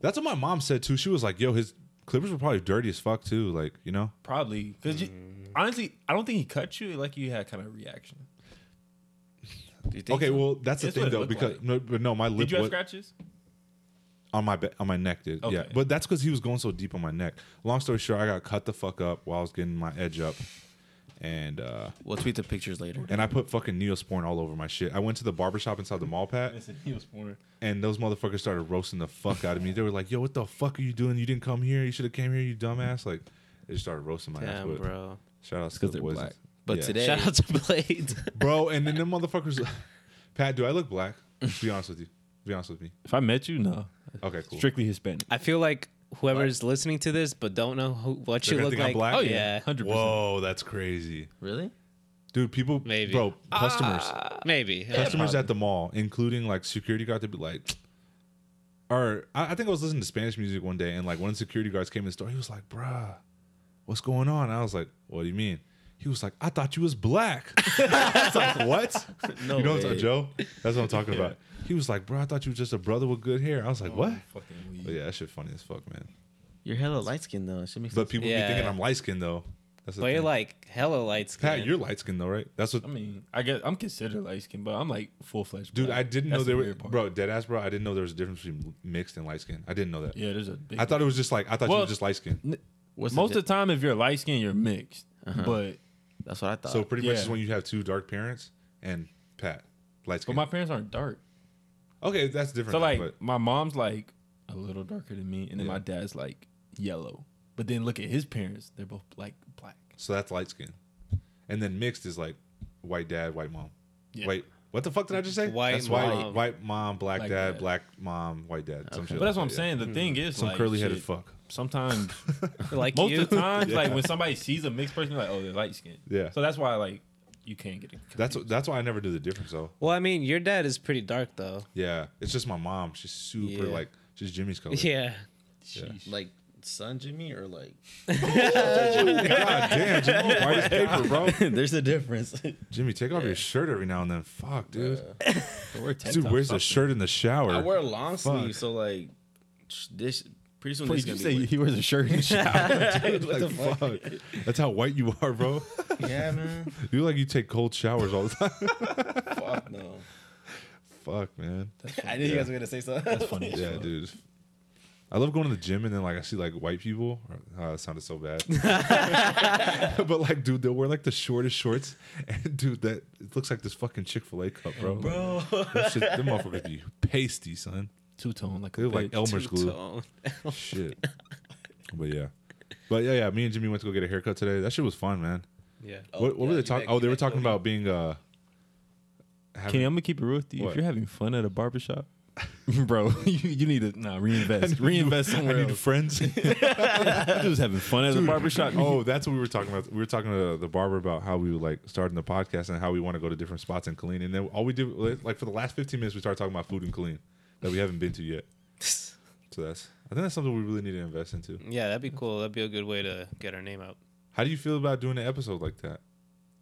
that's what my mom said too. She was like, "Yo, his clippers were probably dirty as fuck too." Like, you know, Probably. Because Mm. honestly, I don't think he cut you. Like, you had kind of reaction. Do you think Okay, so? well that's the It's what thing it though looked because like. no, but no, my lip Did you have was, scratches? on my ba- on my neck did yeah, Okay. but that's because he was going so deep on my neck. Long story short, I got cut the fuck up while I was getting my edge up, and uh we'll tweet the pictures later. and I put fucking neosporin all over my shit. I went to the barbershop inside the mall, Pat, Listen, he was born. and those motherfuckers started roasting the fuck out of me. They were like, "Yo, what the fuck are you doing? You didn't come here. You should have came here, you dumbass!" Like they just started roasting my ass. Damn, But bro. Shout out to 'cause the they're boys. black. But Yeah. today, Shout out to Blades. bro, and then them motherfuckers. Pat, do I look black? Be honest with you. Be honest with me. If I met you, no. Okay, Oh, cool. Strictly Hispanic. I feel like whoever's listening to this but don't know who, what They're you gonna look think I'm like. black? Oh Yeah. yeah, Hundred percent. Whoa, that's crazy, Really? dude. People, Maybe. bro, customers, Ah, maybe. Yeah. customers at the mall, including like security guard, to be like, or I, I think I was listening to Spanish music one day, and like one of the security guards came in the store. He was like, "Bruh, what's going on?" I was like, "What do you mean?" He was like, "I thought you was black." I was like, "What?" No you know, way. what's Joe. That's what I'm talking about. He was like, "Bro, I thought you was just a brother with good hair." I was like, "What?" Oh, Fucking But weed. yeah, that shit funny as fuck, man. You're hella light skinned though. It should make But sense. people Yeah. be thinking I'm light skinned though. That's the But you're thing. like hella light Pat, skinned. you're light skinned though, right? That's what I mean, I guess I'm considered light skinned, but I'm like full fledged. Dude, I didn't know That's the there were weird part. bro, dead ass bro. I didn't know there was a difference between mixed and light skin. I didn't know that. Yeah, there's a big. I thought it was just like I thought you Well- were just light skin. What's most the, of the time, if you're light skinned, you're mixed. Uh-huh. But that's what I thought. So pretty much yeah. is when you have two dark parents and Pat light but skin. my parents aren't dark. okay, that's different. So now, like but my mom's like a little darker than me, and then Yeah. my dad's like yellow. But then look at his parents; they're both like black. so that's light skin, and then mixed is like white dad, white mom. Yeah. Wait, what the fuck did I just say? White that's white, mom. white mom, black, Black dad, dad. black mom, white dad. Some shit But that's what I'm like that, yeah. saying. The thing is, Some like, curly headed shit, fuck. Sometimes, like most you. of the times, like when somebody sees a mixed person, they're like, oh, they're light skinned. Yeah. So that's why, like, you can't get it. That's that's why I never do the difference though. well, I mean, your dad is pretty dark though. Yeah, it's just my mom. She's super Yeah. like she's Jimmy's color. Yeah. Sheesh. like son Jimmy or like God damn, Jimmy, white as paper, bro. there's a difference. Jimmy, take off your shirt every now and then. Fuck, dude. But we're tank Dude tops. wears a shirt in the shower. I wear long Fuck. sleeves, so like sh- this pretty soon Please, this you is say gonna be he wears a shirt and shit. wet. what the Like, fuck? fuck. That's how white you are, bro. Yeah, man. You look like you take cold showers all the time. fuck no. fuck, man. I knew you guys were gonna say something. That's funny. as Yeah, fuck. dude. I love going to the gym and then like I see like white people. Oh, that sounded so bad. but like, dude, they'll wear like the shortest shorts, and dude, that it looks like this fucking Chick Fil A cup, bro. Bro. That shit, them motherfuckers be pasty, son. Two tone, like a They look like bitch. Elmer's glue. Shit. But yeah. But yeah, yeah. Me and Jimmy went to go get a haircut today. That shit was fun, man. yeah. what what yeah, were they you talking? back- Oh, you they were back talking over. about being uh. Kenny, Having, I'm gonna keep it real with you. What? If you're having fun at a barbershop, bro, you, you need to nah, reinvest. Reinvest I somewhere need else. friends. I was having fun at a barbershop. oh, that's what we were talking about. We were talking to the barber about how we were like starting the podcast and how we want to go to different spots in Killeen. And then all we did, was, like for the last 15 minutes, we started talking about food in Killeen that we haven't been to yet. So that's, I think that's something we really need to invest into. Yeah, that'd be cool. That'd be a good way to get our name out. How do you feel about doing an episode like that?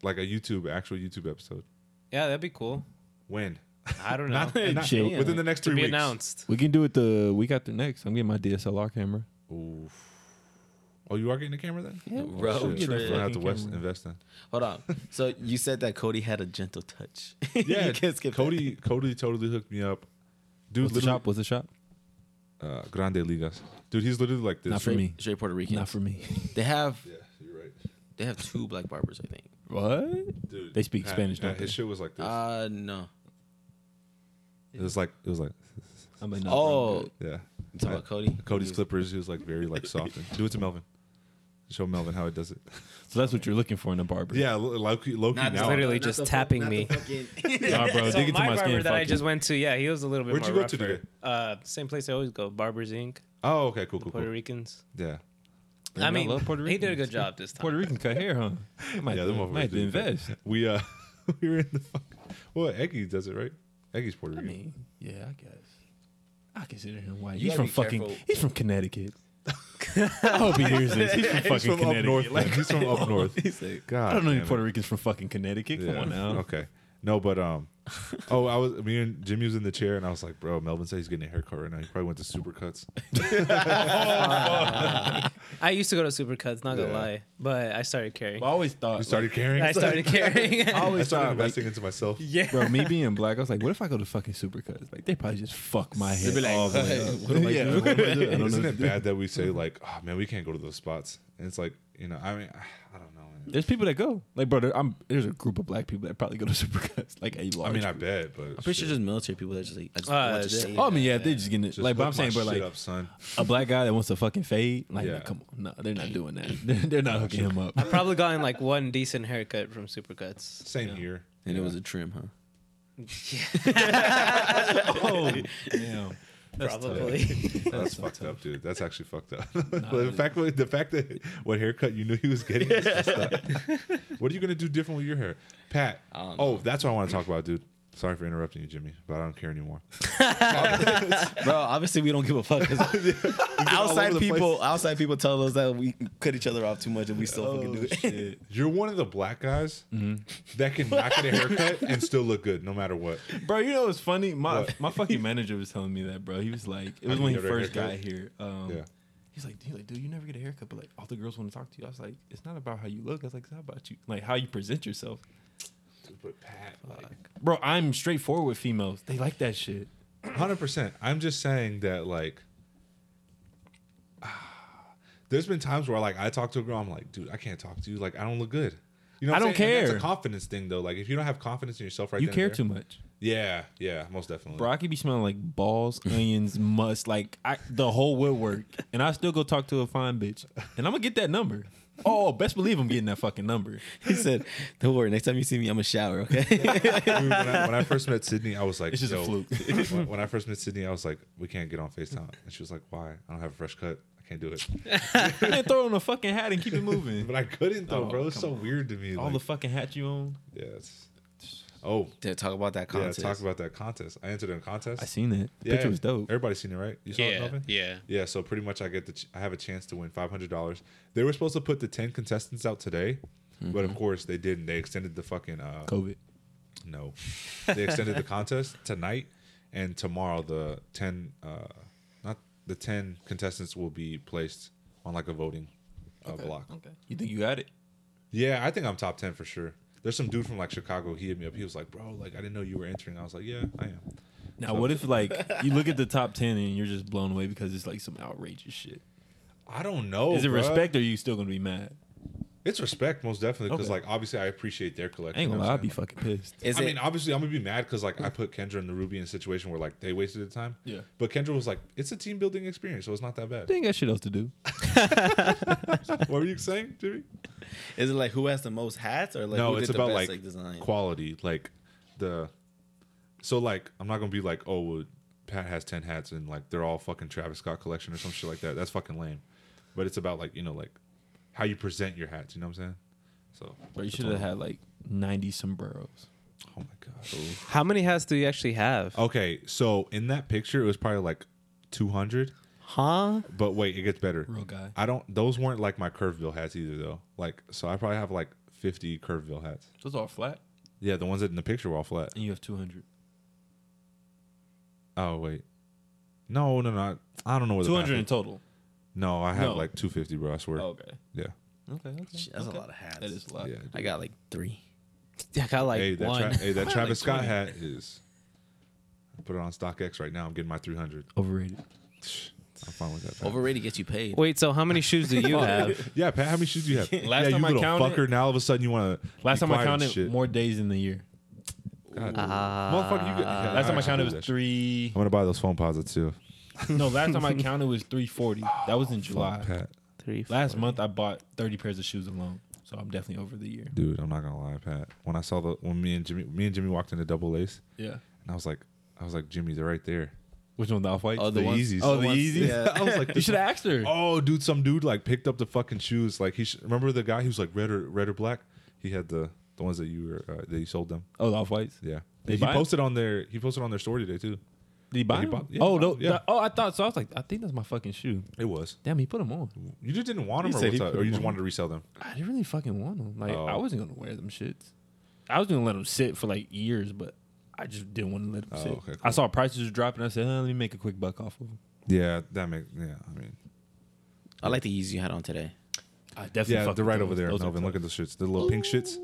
Like a YouTube, actual YouTube episode? Yeah, that'd be cool. When? I don't know. Not, not Chill. within the next to three be weeks. announced. We can do it the week after next. I'm getting my DSLR camera. Oof. Oh, you are getting a camera then? Road Shit, trip. we're gonna have to Fucking west, camera. invest in. Hold on. So you said that Cody had a gentle touch. Yeah, you can't skip that. Cody. Cody totally hooked me up. Dude, What's the literally, shop? What's the shop? uh, Grande Ligas. Dude, he's literally like this. Not for me. Straight Puerto Rican. Not for me. They have Yeah, you're right. they have two black barbers, I think. What? Dude, They speak Spanish, Pat, don't his they? shit was like this. Uh no. it was like it was like I'm like, Oh, you yeah. talking about Cody? Cody's clippers. He was like very like soft. and- Do it to Melvin. Show Melvin how it does it. so that's what you're looking for in a barber. Yeah, lo- Loki. Loki. Not Now, literally just tapping me. Nah, bro, dig into my, my barber skin. that I fuck just it. went to, yeah, he was a little bit Where'd more you go to rougher. today? Uh, same place I always go, Barbers Inc. oh, okay, cool, cool, Puerto cool. Ricans. Yeah. I mean, love Puerto he did a Ricans. good job this time. Puerto Rican cut hair, huh? I might, Yeah, yeah, them might motherfuckers have to do it. invest. We uh, we were in the. fuck- Well, Eggy does it right. Eggy's Puerto I Rican. mean, yeah, I guess. I consider him white. You He's from gotta be fucking. careful. He's from Connecticut. I hope he hears this. He's from fucking He's from up Connecticut. north. Like, man. he's from up north. He's like, God, I don't know any damn it. Puerto Ricans from fucking Connecticut. Come Yeah. on now. Okay. No, but um, oh, I was me and Jimmy was in the chair, and I was like, "Bro, Melvin said he's getting a haircut right now. He probably went to Supercuts." I used to go to Supercuts, not gonna Yeah. lie, but I started carrying. I always thought. You started caring. I started carrying. I I always started thought, like, investing into myself. yeah. Bro, me being black, I was like, what if I go to fucking Supercuts? Like, they probably just fuck my head be like, all the way up. What am I Yeah. doing? What am I doing? I don't Isn't know. it bad that we say like, "Oh man, we can't go to those spots"? And it's like, you know, I mean, I don't know. Man. There's people that go. Like, bro, there- I'm, there's a group of black people that probably go to Supercuts. Like, a I large mean, I group. bet, but I'm I'm pretty sure just military people that just like I just Uh, want to yeah. say Oh, I mean, that. yeah, they're just getting it. Like, but I'm saying, but like, up, son. a black guy that wants to fucking fade, like, Yeah. come on. No, they're not doing that. They're, they're not hooking him up. I probably gotten like one decent haircut from Supercuts. Same here. And it was a trim, huh? Oh, oh, damn. That's tough. probably. That's so fucked up, dude. That's actually fucked up. the dude. fact, the fact that what haircut you knew he was getting. Is fucked up. what are you gonna do different with your hair, Pat? don't Oh, that's what I want to talk about, dude. Sorry for interrupting you, Jimmy, but I don't care anymore. bro. Obviously, we don't give a fuck. 'cause outside people, outside people tell us that we cut each other off too much, and we still Oh, fucking do it. You're one of the black guys that can not get a haircut and still look good, no matter what. Bro, you know what's funny? My What? my fucking manager was telling me that, bro. He was like, it Have was you when he never had a first got haircut? here. Um, Yeah. He's like, he's like, dude, you never get a haircut, but like all the girls want to talk to you. I was like, it's not about how you look. I was like, it's not about you, like how you present yourself. But Pat, like, Bro, I'm straightforward with females. They like that shit. hundred percent. I'm just saying that, like, there's been times where like I talk to a girl, I'm like, dude, I can't talk to you. Like, I don't look good. You know, what I I'm don't saying? And care. That's a confidence thing, though. Like, if you don't have confidence in yourself, right? You then care and too there, much. Yeah, yeah, most definitely. Bro, I could be smelling like balls, onions, must, like I, the whole woodwork, and I still go talk to a fine bitch, and I'm gonna get that number. Oh, best believe I'm getting that fucking number. He said, "Don't worry. Next time you see me, I'm a shower, okay?" Dude, when, I, when I first met Sydney, I was like, It's just a yo, fluke. when, when I first met Sydney, I was like, we can't get on Facetime, and she was like, why? I don't have a fresh cut. I can't do it. And then throw on a fucking hat and keep it moving. But I couldn't though, Oh, bro. It's come so weird to me. All the like, fucking hat you own. yeah. it's- Oh, Dude, talk about that contest. yeah. Talk about that contest. I entered in a contest. I seen it. The yeah. picture was dope. Everybody's seen it, right? You saw it, yeah, Melvin? yeah. Yeah, so pretty much I get the ch- I have a chance to win five hundred dollars. They were supposed to put the ten contestants out today, but Mm-hmm. of course they didn't. They extended the fucking uh, COVID. no, they extended the contest tonight and tomorrow. The ten uh, not the ten contestants will be placed on like a voting uh, block. Okay. You think you got it? Yeah, I think I'm top ten for sure. There's some dude from like Chicago. He hit me up. He was like, "Bro, like I didn't know you were entering." I was like, "Yeah, I am." Now, what if like you look at the top ten and you're just blown away because it's like some outrageous shit? I don't know. Is it Oh, bruh. respect or are you still gonna be mad? It's respect, most definitely. Because Okay. like obviously, I appreciate their collection. I ain't you gonna know lie, what I'd I'm be saying? fucking pissed. Is I it? mean, obviously, I'm gonna be mad because like I put Kendra and the Ruby in a situation where like they wasted the time. Yeah. But Kendra was like, "It's a team building experience, so it's not that bad." They ain't got shit else to do. what were you saying, Jimmy? is it like who has the most hats, or like no, who it's did the about best, like, design? quality, like the. So like, I'm not gonna be like, "Oh, well, Pat has ten hats and like they're all fucking Travis Scott collection or some shit like that." That's fucking lame. But it's about like you know like how you present your hats. You know what I'm saying? So. Bro, you should have had like ninety sombreros. Oh my god. How many hats do you actually Oh. have? Okay, so in that picture, it was probably like 200. Huh? But wait, it gets better. Real guy. I don't. Those weren't like my Curveville hats either, though. Like, so I probably have like 50 Curveville hats. Those all flat, Yeah, the ones that in the picture were all flat. and you have two hundred. Oh wait, no, no, no. I- I don't know where the Two hundred math in is. total. No, I have No. like 250, bro. I swear. Oh, Okay. Yeah. Okay. okay. Shit, That's a lot of hats. That is a lot. Yeah. I got like three. I got like hey, that one. tra- hey, that Travis Scott 20. hat is. Put it on StockX right now. I'm getting my 300. Overrated. I'm fine with that. Pat. Overrated gets you paid. Wait, so how many shoes do you have? yeah, Pat, how many shoes do you have? Last yeah, time you I little counted- fucker. Now all of a sudden you want to. Last time I counted, shit. more days in the year. God. Motherfucker, you could, yeah, Last time I actually counted did was that shit. three. I'm gonna buy those phone pods too. No, last time I counted was three forty. That was in July. Pat, Three. Last month I bought thirty pairs of shoes alone, so I'm definitely over the year. dude, I'm not gonna lie, Pat. When I saw the when me and Jimmy, me and Jimmy walked into Double Ace, Yeah. and I was like, I was like, Jimmy, they're right there. Which one? The off white? Oh, the The ones- Yeezys. Oh, the ones- Yeezys. yeah. I was like, You should have asked her. oh, dude, some dude like picked up the fucking shoes. Like he sh- remember the guy who's like red or red or black. He had the the ones that you were uh, that you sold them. Oh, the off whites. Yeah, They he buy 'em? posted on their he posted on their story today too. Did he buy He them? bought- yeah, oh, he no, bought- yeah. the- oh, I thought so. I was like, I think that's my fucking shoe. It was Damn, he put them on. you just didn't want He them or, said he what's up? put or you 'em just on. wanted to resell them. I didn't really fucking want them. Like, Oh. I wasn't gonna wear them shits. I was gonna let them sit for like years, but I just didn't want to let Oh, them sit. okay, I cool. saw prices dropping. I said, "Uh, let me make a quick buck off of them. Yeah, that makes yeah. I mean, I like the Yeezy you had on today. I definitely. yeah, fucked they're with right over those. there, Those are Melvin. Look tough. at the shits, the little pink shits.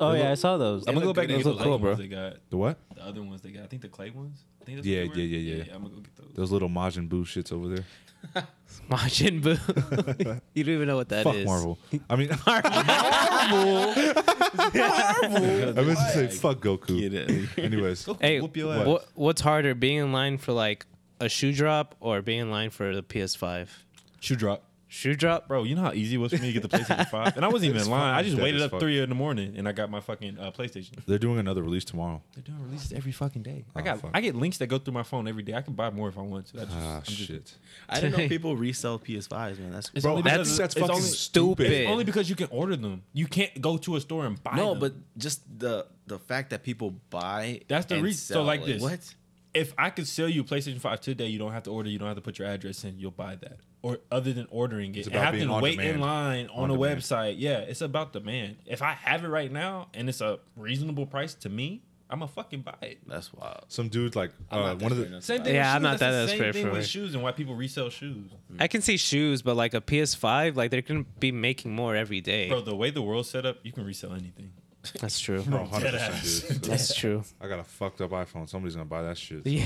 Oh yeah, I saw those. I'm gonna go look back good and those in look the cool, light bro. ones They got The what? the other ones they got. I think the clay ones. I think that's Yeah, what they were. yeah, yeah, yeah, yeah. I'm gonna go get those. Those little Majin Buu shits over there. Majin Buu. you don't even know what that is. Fuck Marvel. I mean, I Marvel. meant to say fuck Goku. it. Anyways, Hey, Whoop your ass. what, what's harder, being in line for like a shoe drop or being in line for the PS5? Shoe drop. Shoe drop. Bro, you know how easy it was for me to get the PlayStation 5? And I wasn't even It's lying. I fine. just Dead waited as up fuck. 3 in the morning and I got my fucking uh, PlayStation. They're doing another release tomorrow. They're doing releases every fucking day. I Oh, got fuck. I get links that go through my phone every day. I can buy more if I want to. I just, Ah, I'm just- shit. I didn't know people resell PS5s, man. That's It's Bro, only that's- because- that's it's fucking only, stupid. it's only because you can order them. You can't go to a store and buy no, them. but just the the fact that people buy That's the and reason. So sell, like this. What? if I could sell you a PlayStation 5 today, you don't have to order, you don't have to put your address in, you'll buy that. Or other than ordering it, It's and about have being to on wait in demand. line On on, a demand. website. Yeah, it's about demand. If I have it right now and it's a reasonable price to me, I'm gonna fucking buy it. That's wild. Some dude like I'm uh, not that one of fair the enough. Same thing. Yeah, with shoes. I'm not That's that the desperate same thing for with it. shoes and why people resell shoes. I can see shoes, but like a PS5, like they're gonna be making more every day. Bro, the way the world's set up, you can resell anything. That's true. no, 100 Deadass. percent dude. That's true. I got a fucked up iPhone. Somebody's gonna buy that shit. Yeah.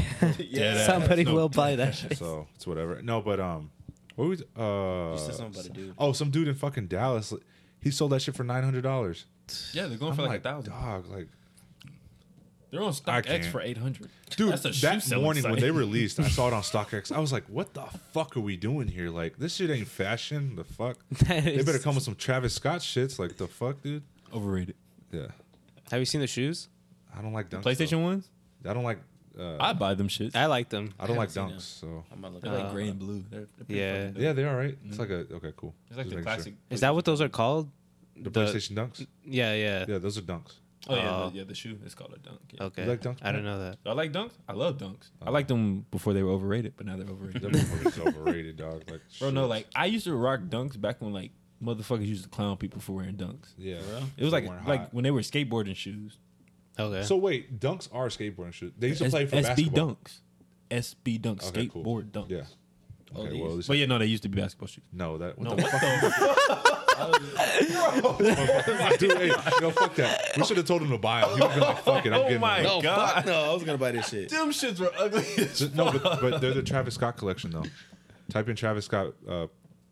Yeah, Somebody that's no- will buy that shit. So it's whatever. No, but um, what was uh? You said something about a dude. Oh, some dude in fucking Dallas. like, He sold that shit for nine hundred dollars. Yeah, they're going I'm for like, like, a thousand. dog, like, They're on StockX can't. for eight hundred. dude, that's a shoe that selling morning when site. they released, I saw it on StockX. I was like, what the fuck are we doing here? Like, this shit ain't fashion. The fuck, That they better is- come with some Travis Scott shits. Like, the fuck, dude. overrated. Yeah, Have you seen the shoes? I don't like dunks. PlayStation ones, though. I don't like. Uh, I buy them shits. I like them. I don't like haven't dunks. seen So I'm about to They're look like up. gray and blue. They're, they're pretty yeah. fucking dope. yeah, they're all right. It's like a okay, cool. Mm-hmm. Just It's like the making sure. classic. Is that what those are called? The, The- PlayStation dunks. Yeah, yeah. Yeah, those are dunks. Oh yeah, Uh, the, yeah. The shoe is called a dunk. Yeah. Okay. You like dunks, I Matt? don't know that. Do I like dunks. I love dunks. I liked them before they were overrated, but now they're Them overrated. motherfuckers overrated, dog. Like, Bro, no, shit. like I used to rock dunks back when like motherfuckers used to clown people for wearing dunks. yeah, It was They like weren't like hot. when they were skateboarding shoes. Okay. So wait, dunks are skateboarding shit. They used to S- play for SB basketball. dunks, SB dunks, Okay, cool. skateboard dunks. Yeah. Oh, Okay, these. well, at least- But yeah, no, they used to be basketball shoes. no, that what No, the what the? fuck, dude? Hey, no, fuck that. We should have told him to buy them. He would have been like, "Fuck it, I'm Oh getting my them." No, God. fuck no. I was gonna buy this shit. Them shits were ugly. No, but, but they're the Travis Scott collection though. Type in Travis Scott. Uh,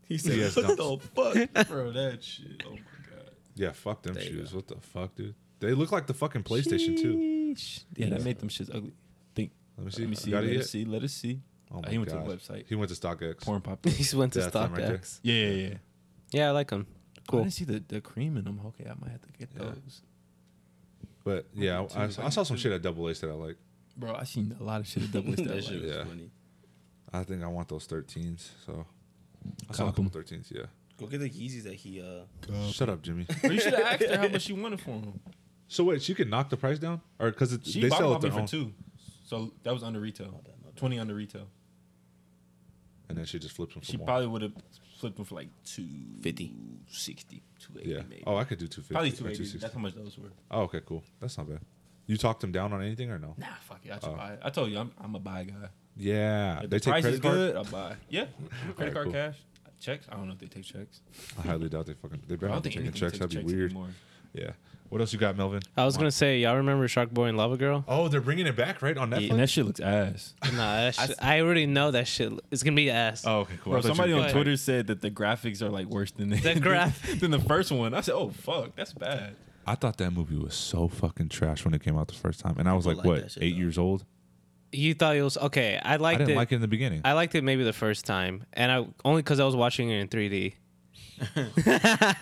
He said, Yes, "What dunks. the fuck?" Bro, that shit. Oh my god. yeah, fuck them There you shoes. What the fuck, dude? They look like the fucking PlayStation too. Yeah, that made them shits ugly. Think. Let me see. Let me You see. got Let it us yet? see. Let us see. Oh Uh, my he went gosh. to the website. He went to StockX. Porn pop. he just went to Yeah, that's them right there. StockX. Yeah, yeah, yeah. yeah, I like them. I Cool. didn't see the, the cream in them. Okay, I might have to get Yeah. those. But yeah, I, I, Two. I saw some shit at Double Ace that I like. Bro, I seen a lot of shit at double that that shit was Yeah. funny. I think I want those 13s. So I saw a Cop couple 'em. 13s. Yeah. Go get the Yeezys that he uh. Shut up, Jimmy. you should have asked her how much she wanted for them. So wait, she can knock the price down, or because She they bought sell them it off me their for own, two. So that was under retail. bad, my bad. Twenty under retail. and then she just flips them for She more. probably would have flipped them for like two 50. sixty, two eighty yeah. maybe. Oh, I could do two fifty. probably two eighty. That's how much those were. Oh, okay, cool. That's not bad. You talked them down on anything or no? Nah, fuck it. I should buy it. I told you, I'm, I'm a buy guy. Yeah, If Oh. they the take price credit is card. good, I'll buy. Yeah, credit Alright, card, cool. cash, checks. I don't know if they take checks. I highly doubt they fucking. They I better don't not be think taking anything checks. takes That'd be checks weird. anymore. Yeah. What else you got, Melvin? I was gonna say, y'all remember Shark Boy and Lava Girl? Oh, they're bringing it back, right on Netflix. And that shit looks ass. Nah, that shit, I already know that shit. It's gonna be ass. Oh, okay, cool. I Bro, thought you were somebody on getting- Twitter Twitter said that the graphics are like worse than the, graph- than the first one. I said, "Oh fuck, that's bad." I thought that movie was so fucking trash when it came out the first time, and I was People like, like what, that shit, eight though. years old? You thought it was okay. I I liked didn't it. like it in the beginning. I liked it maybe the first time, and I only because I was watching it in 3D.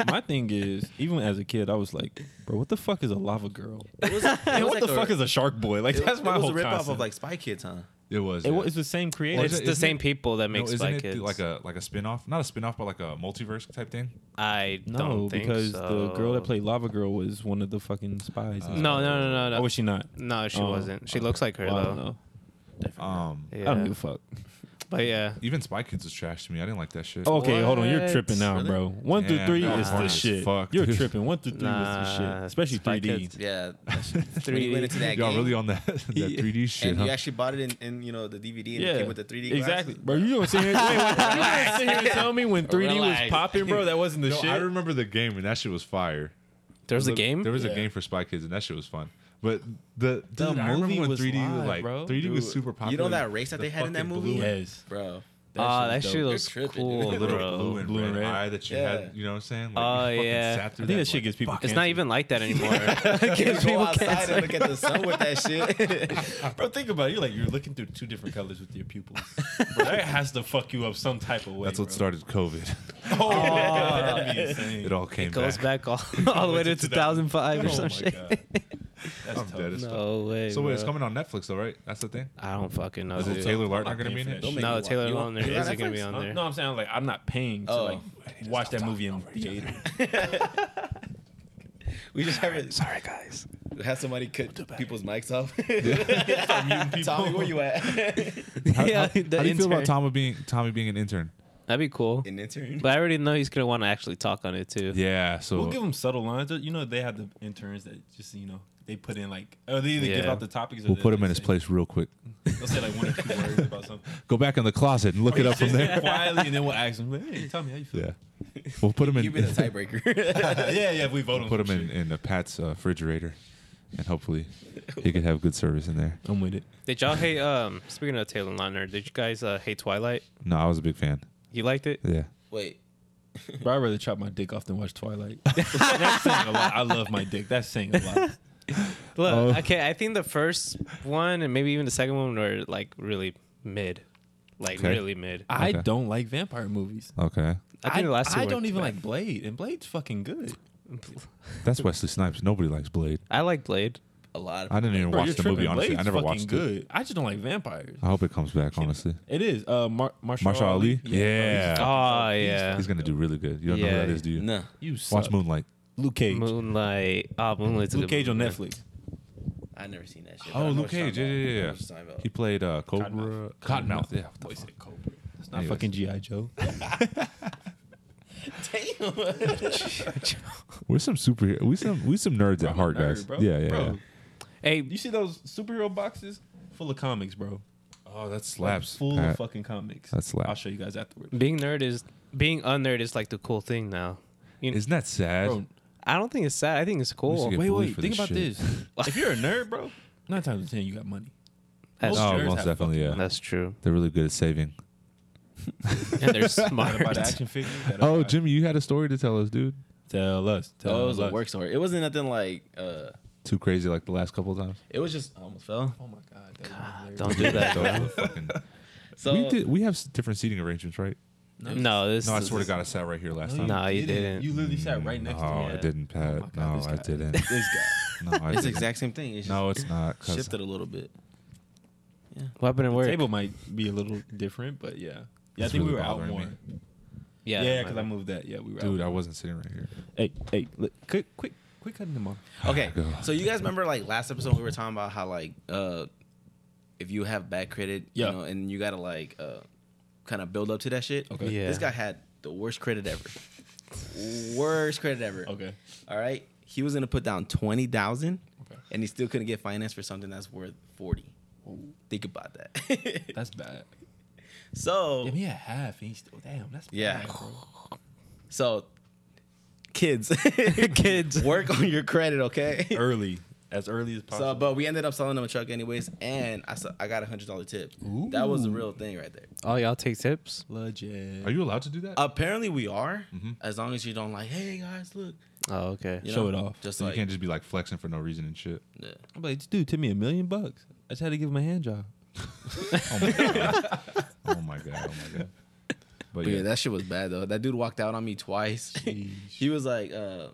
My thing is, even as a kid, I was like, "Bro, what the fuck is a lava girl? It was, it And was what like the a- fuck is a shark boy? Like It, that's my it was whole a rip concept. off of like Spy Kids, huh? it was. it yeah. was it's the same creator. it's it- the isn't same it- people that No, makes isn't Spy it Kids. like a like a spin-off? Not a spin-off, but like a multiverse type thing. I no, don't think because so. the girl that played Lava Girl was one of the fucking spies. and No, no, stuff. no, no, no. Or was she not? no, she Oh, wasn't. She looks like her Well, I though. don't know. Um, Yeah. I don't give a fuck. But yeah, even Spy Kids is trash to me. I didn't like that shit. Oh, Okay, hold on. You're What? tripping now, Really? bro. One through Damn, three that is was the boring as shit. fuck, You're dude. tripping. One through three is the shit, Nah, especially Spy 3D. Kids. Yeah, that shit- when you went into that Y'all game, really on that that 3D shit, and huh? you actually bought it in, in you know the DVD and it came with the 3D. glasses? exactly, bro. You don't sit here, wait, wait, you gonna sit here and tell me when 3D was Relax. popping, bro. That wasn't the No, shit. I remember the game and that shit was fire. there was a game. There was Yeah. a game for Spy Kids and that shit was fun. But the The dude, I remember movie when was 3D was live, like bro. 3D was Dude, super popular. you know that race that The they had in that fucking movie? blue and- yes, bro. Ah, that was shit dope. looks You're tripping, dude. cool, the little bro. blue and, Blue and red, red. eye that you Yeah. had, you know what I'm saying? Oh, you fucking yeah. sat through I think that shit like, gets people. fuck. It's not even like that anymore. You Gives go people outside cancer. and look at the sun with that shit. Bro, think about it. You're like you're looking through two different colors with your pupils. Bro, that has to fuck you up some type of way. That's what bro. Oh, started COVID. that'd be insane. It all came goes back. back all, all the way to Oh, 2005 or some shit. That's I'm tough. dead as fuck. No way. Oh So wait, it's bro. coming on Netflix though, right? That's the thing. I don't fucking know. Is it dude. Taylor Lautner I'm gonna be in paying it? for that make No, me Taylor wa- Lautner You on isn't gonna be Netflix? on Huh? there. No, I'm saying like I'm not paying to Oh. like watch that movie in theater. We just haven't Sorry, guys. had somebody cut people's mics off. Tommy, where you at? How, yeah, how- the how do you feel intern. about Tommy being Tommy being an intern? That'd be cool. An intern. But I already know he's gonna want to actually talk on it too. Yeah, so We'll give them subtle lines. You know, they have the interns that just you know they put in like oh they either give Yeah. out the topics. Or we'll they- put him they in his say- place real quick. They'll say like one or two words about something. Go back in the closet and look it up from Just there. quietly, and then we'll ask him. Like, hey, tell me how you feel. Yeah, we'll put him in. You be the tiebreaker. Yeah, yeah. If we vote on put him some in shit. in the Pat's uh, refrigerator, and hopefully he could have good service in there. I'm with it. Did y'all hate? Um, speaking of Taylor Lautner, did you guys uh, hate Twilight? No, I was a big fan. You liked it? Yeah, Wait, But I'd rather chop my dick off than watch Twilight. That's saying a lot. I love my dick. That's saying a lot. Look, Oh. okay, I think the first one and maybe even the second one were like really mid, like Okay. really mid. I, I Okay. don't like vampire movies. okay, think the last two I were- don't even like Blade, and Blade's fucking good. that's Wesley Snipes. Nobody likes Blade. I like Blade. a lot of I didn't even Bro, watch you're the movie. tripping. Honestly, I Blade's never fucking watched it. good. I just don't like vampires. I hope it comes back. Honestly, It is uh, Mar- Marshall, Marshall Ali. Yeah, Oh yeah, he's gonna do really good. You don't know Yeah. who that is, do you? no. You Watch suck. Moonlight. Luke Cage. Moonlight. Ah, Moonlight's a Luke good Cage on movie. Netflix. I never seen that shit. but I Oh, know Luke what you're Cage. Yeah, talking yeah, about. I know yeah. what you're talking about. He played uh, Cobra. Cottonmouth. Cottonmouth. Yeah. what the Boy fuck? said Cobra. It's not Anyways. fucking GI Joe. We're some superhero. We some we some nerds at heart, Nerd, guys. bro. Yeah, yeah, Bro, yeah. Hey, You see those superhero boxes full of comics, bro? Oh, that slaps. Labs full Pat. of fucking comics. That slaps. I'll show you guys afterwards. being nerd is being unnerd is like the cool thing now. You Isn't that sad? Bro, I don't think it's sad. I think it's cool. get wait, bullied wait. for Think this about shit. this. if you're a nerd, bro, nine times out of ten you got money. That's, Most oh, nerds most have definitely. fucking Yeah, that's true. they're really good at saving. And they're Gotta buy smart. the action figure. gotta Oh, buy- Jimmy, you had a story to tell us, dude. tell us. Tell Oh, it was a us. work story. It wasn't nothing like. uh Too crazy like the last couple of times. It was just I almost fell. Oh my god. that was hilarious. don't do that. Those bro. were fucking- So we did. We have s- different seating arrangements, right? No, this. No, I is- swear to God, I sat right here last time. No, you didn't. You literally sat right next no, to me. Oh I didn't, Pat. my God, this no, I guy. didn't. This guy. No, I It's the didn't. exact same thing. It's just No, it's not. 'cause shifted a little bit. What happened at work? Table might be a little different, but yeah. Yeah, I It's think we really were out bothering more. me. Yeah. Yeah, because I moved that. Yeah, we were Dude, out. I wasn't sitting right here. Hey, hey, look, quick, quick, quick cutting them off. Okay, God. so you guys remember like last episode we were talking about how like uh if you have bad credit, Yeah. you know, and you gotta like uh kind of build up to that shit. Okay. Yeah. This guy had the worst credit ever. worst credit ever. Okay. All right. He was gonna put down twenty thousand, Okay. and he still couldn't get financed for something that's worth forty. Think about that. That's bad. so Damn, he had half. And he still, damn, that's Oh. Yeah. bad, bro. so kids, Kids. work on your credit, okay? Early, as early as So, possible. but we ended up selling him a truck anyways, and I saw, I got a hundred dollar tip. That was a real thing right there. Oh, y'all take tips? Legit. Are you allowed to do that? Apparently, we are, as long as you don't like, hey guys, look, Oh, okay. you Show it off. Just So you like, can't just be like flexing for no reason and shit. yeah. I'm like, this dude, tip me a million bucks. I just had to give him a hand job. Oh my god. oh my god. Oh my god. But But yeah, yeah, that shit was bad though. That dude walked out on me twice. he was like, uh,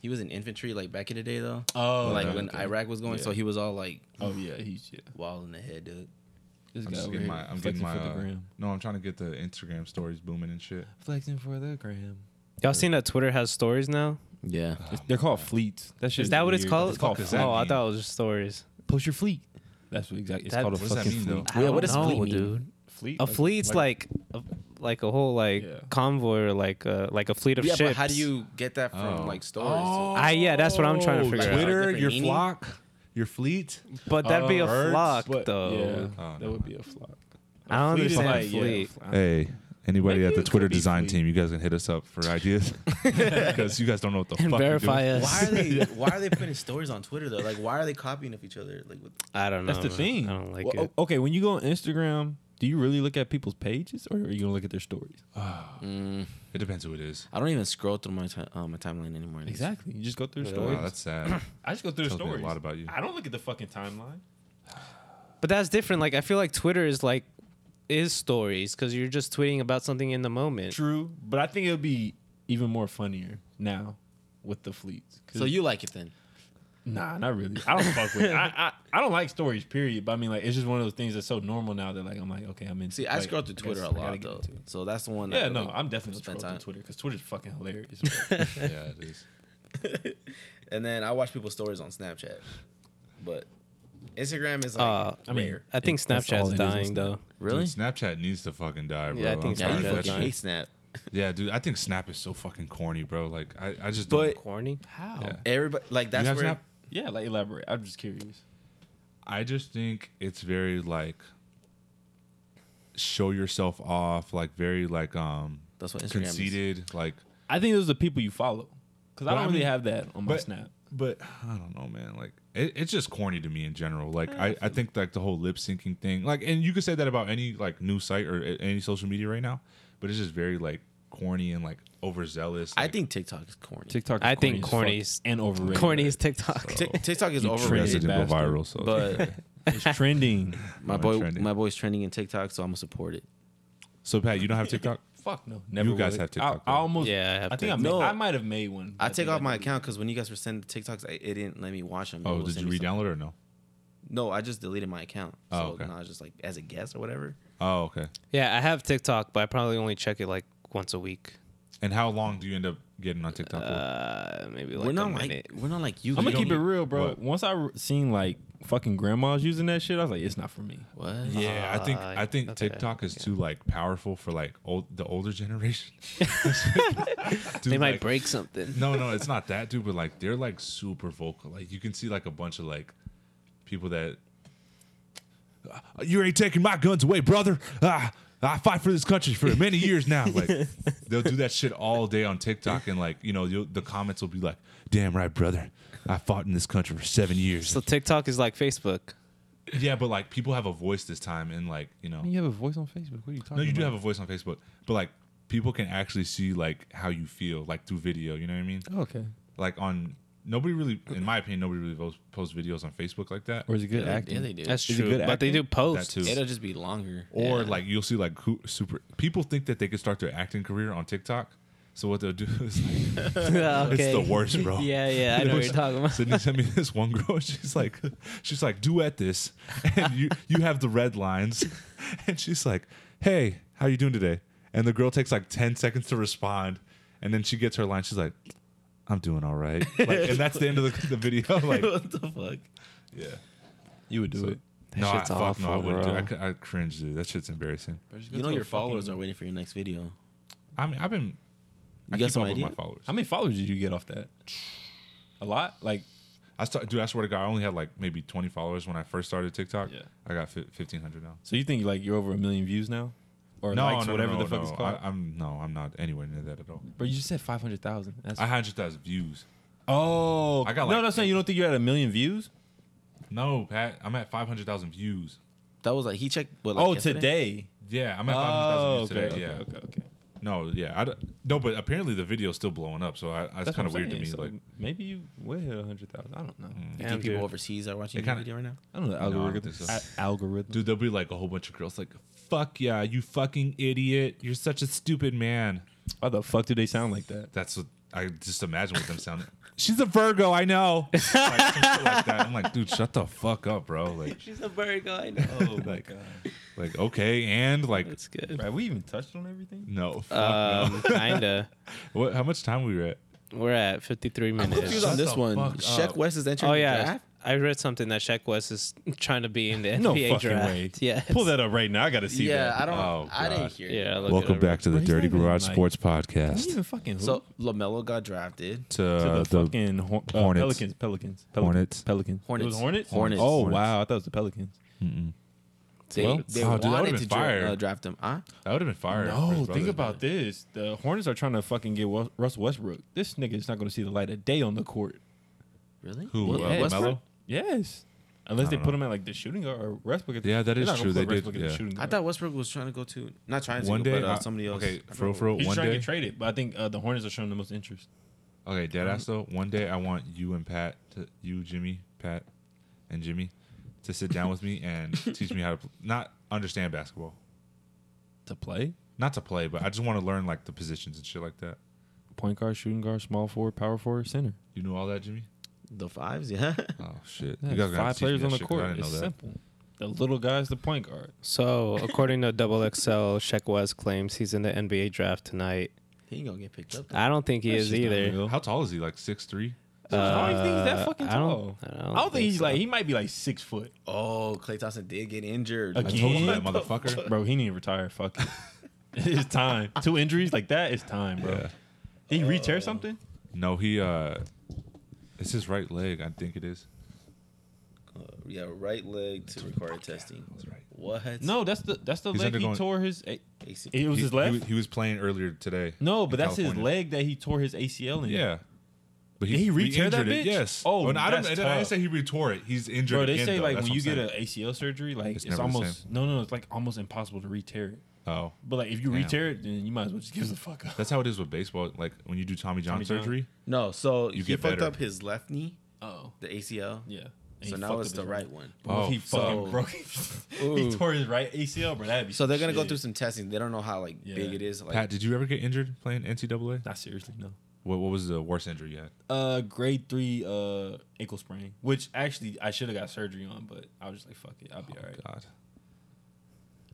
he was in infantry like back in the day though. Oh, like okay, when okay. Iraq was going, so Yeah. he was all like Oh, yeah, he's, yeah. wild in the head, dude. This I'm guy just over getting here, my. I'm getting flexing my. for Uh, the gram. no, I'm trying to get the Instagram stories booming and shit. Flexing for the gram. Y'all seen that Twitter has stories now? Yeah. They're called fleets. That shit Is that what it's weird. called? It's called What the fuck is oh, that I mean? thought it was just stories. post your fleet. That's what exactly. It's That- called a What does that fucking mean, though? fleet. I Yeah, don't what does know, fleet mean? dude. Fleet. A fleet's like, a, like a whole like Yeah. convoy or like a, like a fleet of Yeah, ships. but how do you get that from Oh. like stores? I yeah, that's what I'm trying to figure out. Twitter, Different your meaning? flock, your fleet. But that'd be a birds, flock But, though. Yeah, Oh, that would be a flock. I don't Fleet is understand like, yeah, fleet. fl- Hey, anybody Maybe at the it could Twitter be design fleet. team, you guys can hit us up for ideas because you guys don't know what the And fuck you're verify doing. us. Why are they why are they putting stories on Twitter though? Like why are they copying of each other? Like with, I don't know. That's the man. thing. I don't like Well, it. o- Okay, when you go on Instagram, do you really look at people's pages or are you gonna look at their stories? It depends who it is. I don't even scroll through my ti- uh, my timeline anymore. Exactly. You just go through their Wow, stories. that's sad. I just go through their tells me a stories. lot about you. I don't look at the fucking timeline. oh, But that's different. Like I feel like Twitter is like is stories because you're just tweeting about something in the moment. True, but I think it would be even more funnier now with the fleets. 'Cause- So you like it then? Nah, not really. I don't fuck with. It. I, I I don't like stories. Period. But I mean, like, it's just one of those things that's so normal now that like I'm like, okay, I'm in. See, I like, scroll through guess Twitter I a gotta lot get though, into it. so that's the one. Yeah, that no, really I'm definitely spend scrolling through time. Twitter because Twitter's fucking hilarious. yeah, it is. And then I watch people's stories on Snapchat, but Instagram is like Uh, I mean, rare. I think It- that's all Snapchat's it is on dying Snap. though. Really? Dude, Snapchat needs to fucking die, bro. Yeah, I I'm think yeah, tired Snapchat's of you that fucking dying. shit. hate Snap. Yeah, dude, I think Snap is so fucking corny, bro. Like, I, I just don't. Corny. How? Yeah. Everybody like that's you have where Snap? Yeah, like elaborate. I'm just curious. I just think it's very like show yourself off, like very like um that's what Instagram is. conceited, like. I think those are the people you follow because I But don't I really mean- have that on my but- Snap. But I don't know, man. Like it, it's just corny to me in general. Like I, I think like the whole lip syncing thing. Like and you could say that about any like news site or a- any social media right now. But it's just very like corny and like overzealous. I like- think TikTok is corny. TikTok. I think as corny's- fuck and overrated. Corny is TikTok. Tik- TikTok is You Yes, it overrated, trended. did go bastard. viral. So but It's trending. my I'm boy, trending. my boy's trending in TikTok, so I'm gonna support it. so Pat, you don't have TikTok. Fuck no, never. guys would. have TikTok, I, I though. almost. Yeah, I have I, think I, made, TikTok. I might have made one. I take think off my deleted it. account because when you guys were sending TikToks, I, it didn't let me watch them. It Oh, will did send you me some- re-download or no? No, I just deleted my account. So Oh, okay. now I was just like as a guest or whatever. Oh, okay. Yeah, I have TikTok, but I probably only check it like once a week. And how long do you end up getting on TikTok? for? Uh, maybe like we're a not like minute. we're not like you. I'm You gonna keep it don't- real, bro. What? Once I re- seen like fucking grandmas using that shit, I was like, it's not for me. What? Yeah, I think Uh, I think okay. TikTok is too like powerful for like old the older generation. they Dude, might like- break something. No, no, it's not that dude, but like they're like super vocal. Like you can see like a bunch of like people that you ain't taking my guns away, brother. Ah, I fight for this country for many years now. Like they'll do that shit all day on TikTok, and like you know you'll, the comments will be like, "Damn right, brother, I fought in this country for seven years." So TikTok is like Facebook. Yeah, but like people have a voice this time, and like you know, You have a voice on Facebook. What are you talking? no, you do have a voice on Facebook, but like people can actually see like how you feel like through video. You know what I mean? A- okay. Like on nobody really, in my opinion, nobody really posts, posts videos on Facebook like that. Or is it good Yeah, acting? yeah, they do. That's Is it true, good but they do acting? That post. too. It'll just be longer. Or Yeah. like you'll see like who, super people think that they could start their acting career on TikTok. So what they'll do is like, Oh, okay. it's the worst, bro. Yeah, yeah, I know what you're talking about. Sydney sent me this one girl. She's like, she's like, duet this, and you you have the red lines, and she's like, hey, how you doing today? And the girl takes like ten seconds to respond, and then she gets her line. She's like, I'm doing all right, like, and that's the end of the, the video. Like, what the fuck? yeah, You would do So- it. That no, I, shit's fuck no, I awful, wouldn't do. bro. It. I, cou- I cringe, dude. That shit's embarrassing. You know your followers are waiting for your next video. I mean, I've been. You I got keep some up with idea? my followers. How many followers did you get off that? A lot. Like I start, dude. I swear to God, I only had like maybe 20 followers when I first started TikTok. Yeah. I got fi- 1,500 now. so you think like you're over a million views now, or likes, whatever the fuck it's called. I, am no, I'm not anywhere near that at all. Bro, you just said five hundred thousand. That's I had just as views. oh, I got, no. like- That's not. You don't think you're at a million views? No, Pat, I'm at 500,000 views. That was like he checked. What, like, Oh, yesterday? today. Yeah, I'm at 500,000 Oh, views okay, today. okay, yeah, okay, okay. no, yeah, I don't- no, but apparently the video's still blowing up, so I, I- it's That's kind of what I'm weird to me. saying. So like, maybe you will hit a hundred thousand. I don't know. You Damn, think people dude. overseas are watching It your kinda- video right now? I don't know. I don't Algorithm. think so. a- algorithm. dude, there'll be like a whole bunch of girls like, "Fuck yeah, you fucking idiot, you're such a stupid man." Why the fuck do they sound like that? That's what I just imagine what them sounding. She's a Virgo, I know. like, some shit like that. I'm like, dude, shut the fuck up, bro. Like, She's a bird guy. know. Oh my god. like okay, and like, That's good. Have we even touched on everything? no, fuck Uh, Um, kinda. no. What? How much time we were at? We're at 53 Confused minutes. Shut on this the one. fuck Sheck up. West is entering Oh the yeah, draft. I read something that Shaq West is trying to be in the NBA No fucking draft. way. Yeah, Pull that up right now. I gotta see yeah, that. I don't. Oh, I didn't God. hear. it. Yeah. look it Welcome over. back to the Where's Dirty that even, Garage like- Sports Can you Podcast. even fucking who? So Lamelo got drafted. To to the, Uh, the, fucking Hor- uh, Hornets. Pelicans, Pelicans, Pelicans, Hornets. Pelicans. Hornets. It was Hornets. Hornets. Oh Hornets. wow, I thought it was the Pelicans. They, Well, they oh, dude, that would've wanted been to dra- fire. uh, draft him. Huh? that would have been fire. for No, his think brother. about this. The Hornets are trying to fucking get Wes- Russ Westbrook. This nigga is not going to see the light of day on the court. Really? who What- uh, Westbrook? Lamelo. Yes, unless they don't put know. him at like the shooting guard or Westbrook. At the, Yeah, that they're is not gonna true. put They did, Westbrook at the yeah. shooting I guard. thought Westbrook was trying to go to not trying to One go, day, but, I- uh, somebody else. Okay, I for forgot for He's one trying to day. get traded, but I think uh, the Hornets are showing the most interest. Okay, dead Um, ass though. One day I want you and Pat, to, you Jimmy, Pat, and Jimmy, to sit down with me and teach me how to pl- not understand basketball, to play? Not to play, but I just want to learn like the positions and shit like that. Point guard, shooting guard, small forward, power forward, center. You knew all that, Jimmy? The fives, yeah. Oh shit! Yeah, you guys gotta it's five teach me players that on the shit 'cause I court. didn't know It's that. simple. The little guy's the point guard. So, according to Double XL, Sheck West claims he's in the NBA draft tonight. he ain't gonna get picked up. I don't think he That's is just not either. real. How tall is he? Like six three? I don't even think he's that fucking Uh, I don't- tall. I I don't don't, think think, he's so. like he might be like six foot. Oh, Clay Thompson did get injured. I told you that Again? motherfucker. Bro, he need to retire. Fuck it. it's time. Two injuries like that, it's time, bro. Yeah. Did he re-tear something? No, he. uh It's his right leg. I think it is. Uh, yeah, right leg to require testing. That's right. What? No, that's the that's the He's leg he undergoing- tore his. A- AC- It was he, his he left. was- He, was playing earlier today. no, but in that's his California. leg that he tore his ACL in. Yeah. But Did he re-tear re-injured that it, bitch? Yes. Oh, and I don't. that's and I didn't tough. say he retore it. He's injured. Bro, they again, say though. like That's when what you I'm get an ACL surgery, like It's never it's, the almost no, no, no, it's like almost impossible to re-tear it. saying. Oh, But like if you Damn. re-tear it, then you might as well just give the fuck up. that's how it is with baseball. Like when you do Tommy John Tommy John. surgery, no. So he get fucked better. up his left knee, Oh the ACL. yeah. And he So fucked now it's up the his- right one. Bro, Oh, he fucking so- broke. he Ooh. tore his right ACL, bro. That'd be So they're gonna go shit. through some testing. They don't know how like Yeah. big it is. Like Pat, did you ever get injured playing NCAA? Not seriously, no. What, what was the worst injury you had? Uh, grade three, uh, ankle sprain, which actually I should have got surgery on, but I was just like, fuck it, I'll be Oh, all right. God.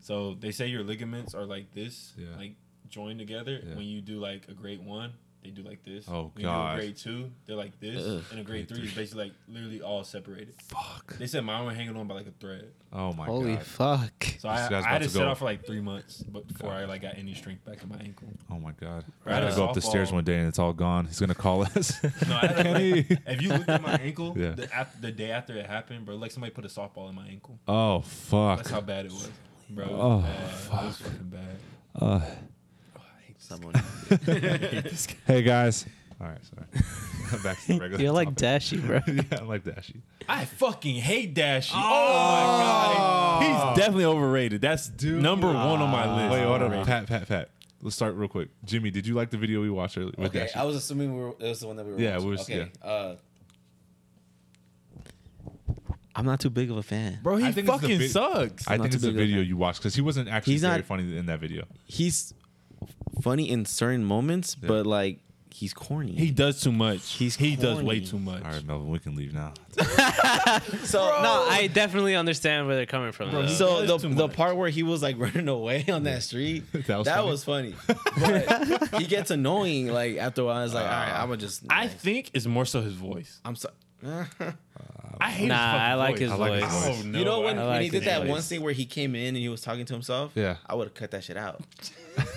So they say your ligaments are like this, Yeah. like joined together. Yeah. When you do like a grade one, they do like this. Oh, when you do a God. grade two, they're like this, Ugh. and a grade Grade three is three. basically like literally all separated. Fuck. They said mine were hanging on by like a thread, Oh my Holy god. fuck. so I, This guy's I had about to to sit go. out for like three months but before I like got any strength back in my ankle. Oh my god. Right, I gotta uh, go up the stairs softball. one day and it's all gone. He's gonna call us. No, I had, like, if you look at my ankle, Yeah. the, af- the day after it happened, bro, like somebody put a softball in my ankle. oh That's fuck. how bad it was, bro. It was Oh, bad. It was fucking bad. Uh, someone. hey guys. All right, sorry. Back to the regular. You're like topic. Dashy, bro. yeah, I'm like Dashy. I fucking hate Dashi. Oh, my god, he's definitely overrated. That's number one on my list. Wait, hold on. Overrated. Pat, Pat, Pat. Let's start real quick. Jimmy, did you like the video we watched earlier with okay, Dashy? I was assuming we were, it was the one that we were. Yeah, watching. we was- okay. Uh, I'm not too big of a fan. bro, I he think it's the fucking big- sucks. I not think too it's the big of a video fan. you watched because he wasn't actually He's very not- funny in that video. He's funny in certain moments, but like he's corny. he does too much. He's he does way corny. too much. All right, Melvin, we can leave now. so No, I definitely understand where they're coming from. though. So the, does too the much. part where he was like running away on that street, That that was was funny. funny. But he gets annoying. Like after a while, it's like, all right, I'm gonna just. I think it's more so his voice. I'm eh. sorry. I hate. Nah, his fucking I like voice. his I like his voice. voice. Oh no, you know when, I- I when he like did his that one voice. thing where he came in and he was talking to himself? Yeah. I would have cut that shit out.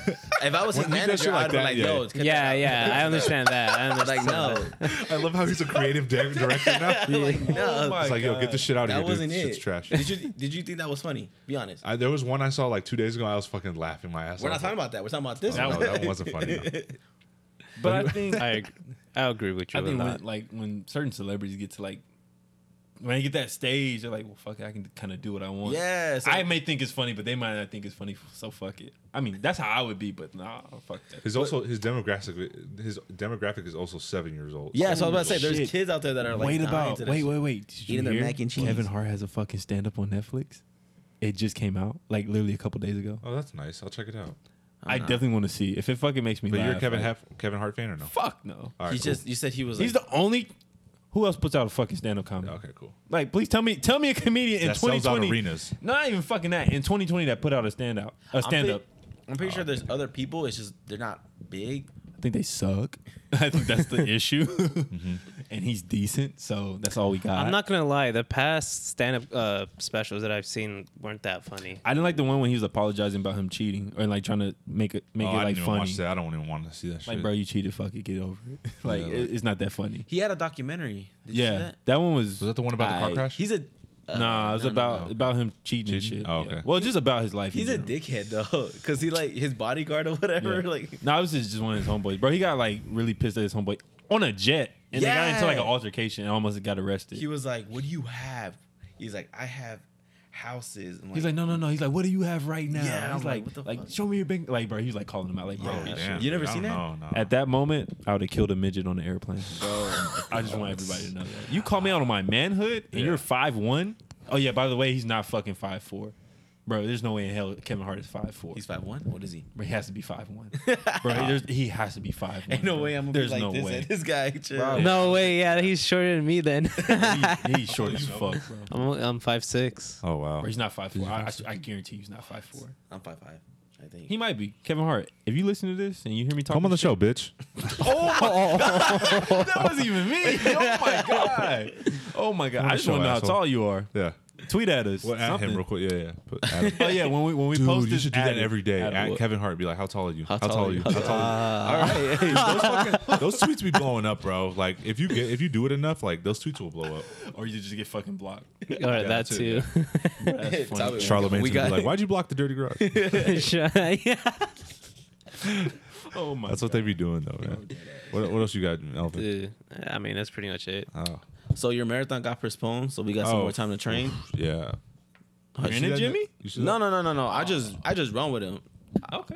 if I was his When he does shit manager, like I'd be that, like, yeah. yo, cut yeah, that yeah, I understand that. I out. Like understand no, I love how he's a creative di- director now. like Oh no, my It's like, yo, get God. this shit out of that here. dude. wasn't This it. Shit's trash. Did you did you think that was funny? Be honest. I, there was one I saw like two days ago. I was fucking laughing my ass We're not off. talking about that. We're talking about this. That one. no, that one wasn't funny. no. But I think that. I agree. I agree with you I a think lot. when, like when certain celebrities get to like when they get that stage, they're like, "Well, fuck, it, I can kind of do what I want." Yeah, so- I may think it's funny, but they might not think it's funny. So fuck it. I mean, that's how I would be, but nah, fuck that. His also his demographic his demographic is also seven years old. Yeah, so I was about to say, there's Shit. kids out there that are like, wait dying about to that wait shit. wait wait. Did you Eating their hear mac and cheese. Kevin Hart has a fucking stand up on Netflix. It just came out like literally a couple days ago. Uh-uh. Oh, that's nice. I'll check it out. I definitely want to see if it fucking makes me. But you're a laugh, Kevin like, Haf- Kevin Hart fan or no? Fuck no. All right, He's cool. just you said he was. He's like, the only. Who else puts out a fucking stand up comedy? okay. Cool. Like, please tell me, tell me a comedian in That sells out 2020 arenas. Not even fucking that. In 2020, that put out a standout, a stand up. I'm pretty sure there's other people. It's just they're not big. I think they suck. I think that's the issue. Mm-hmm. And he's decent, so that's all we got. I'm not gonna lie. The past stand-up uh, specials that I've seen weren't that funny. I didn't like the one when he was apologizing about him cheating or like trying to make it make Oh, I it didn't like even funny. watch that. I don't even want to see that shit. Like, bro, you cheated. Fuck it, get over it. like, Yeah, it- it's not that funny. He had a documentary. Did you yeah, see that? that? one was. was that the one about the car I- crash? He's a uh, Nah, it was no, no, about no. about him cheating, and Cheating? shit. Oh, yeah. okay. Well, just about his life. in He's a general. dickhead though, cause he like his bodyguard or whatever. Yeah. Like No, it was just, just one of his homeboys. Bro, he got like really pissed at his homeboy on a jet. And they got into like an Yeah. altercation and almost got arrested. he was like, "What do you have?" He's like, "I have houses." I'm He's like, no, no, no. He's like, what do you have right now? Yeah, he's like, I'm like, what the like, fuck? show me your bank. Like, bro, he's like calling him out. Like, bro, Yeah. you sh- Damn, You never dude, I seen don't that? know, no. at that moment, I would have killed a midget on the airplane. I just want everybody to know that. You call me out on my manhood, and Yeah. you're five one. Oh yeah, by the way, he's not fucking five four. Bro, there's no way in hell Kevin Hart is five four. He's five one. What is he? But he has to be five one, bro. There's, he has to be five. Ain't no way I'm gonna There's be like no this. way. This guy, chill. Wow. No way. Yeah, he's shorter than me then. he, he's short as fuck, bro. I'm only- I'm five six. Oh wow. Bro, he's not five four. I, I, I guarantee he's not five four. I'm five five. I think. He might be. Kevin Hart, if you listen to this and you hear me talking, Oh Come on the show, bitch. that wasn't even me. Oh my god. Oh my god. Come on the I just want show, to know how asshole. tall you are. Yeah. Tweet at us. Well, at him something. real quick. Yeah, yeah. Put, at him. Oh yeah, when we when we Dude, post you this, should do add that it. every day. Add it. At What? Kevin Hart, be like, "How tall are you? How, tall tall are are you? you? How tall are All right. hey, you?" Those, fucking, those tweets be blowing up, bro. Like if you get if you do it enough, like those tweets will blow up. or you just get fucking blocked. Or that too, too. That's Tommy, funny. Charlamagne we be got like, "Why'd you block the dirty garage?" yeah. Oh my. That's what they be doing though, man. What, what else you got, Elvin? Dude, I mean, that's pretty much it. Oh, So your marathon got postponed, so we got some Oh. more time to train. yeah. You're in see it, that- Jimmy? you see No, that? no, no, no, no. I just I just run with him. Okay, okay.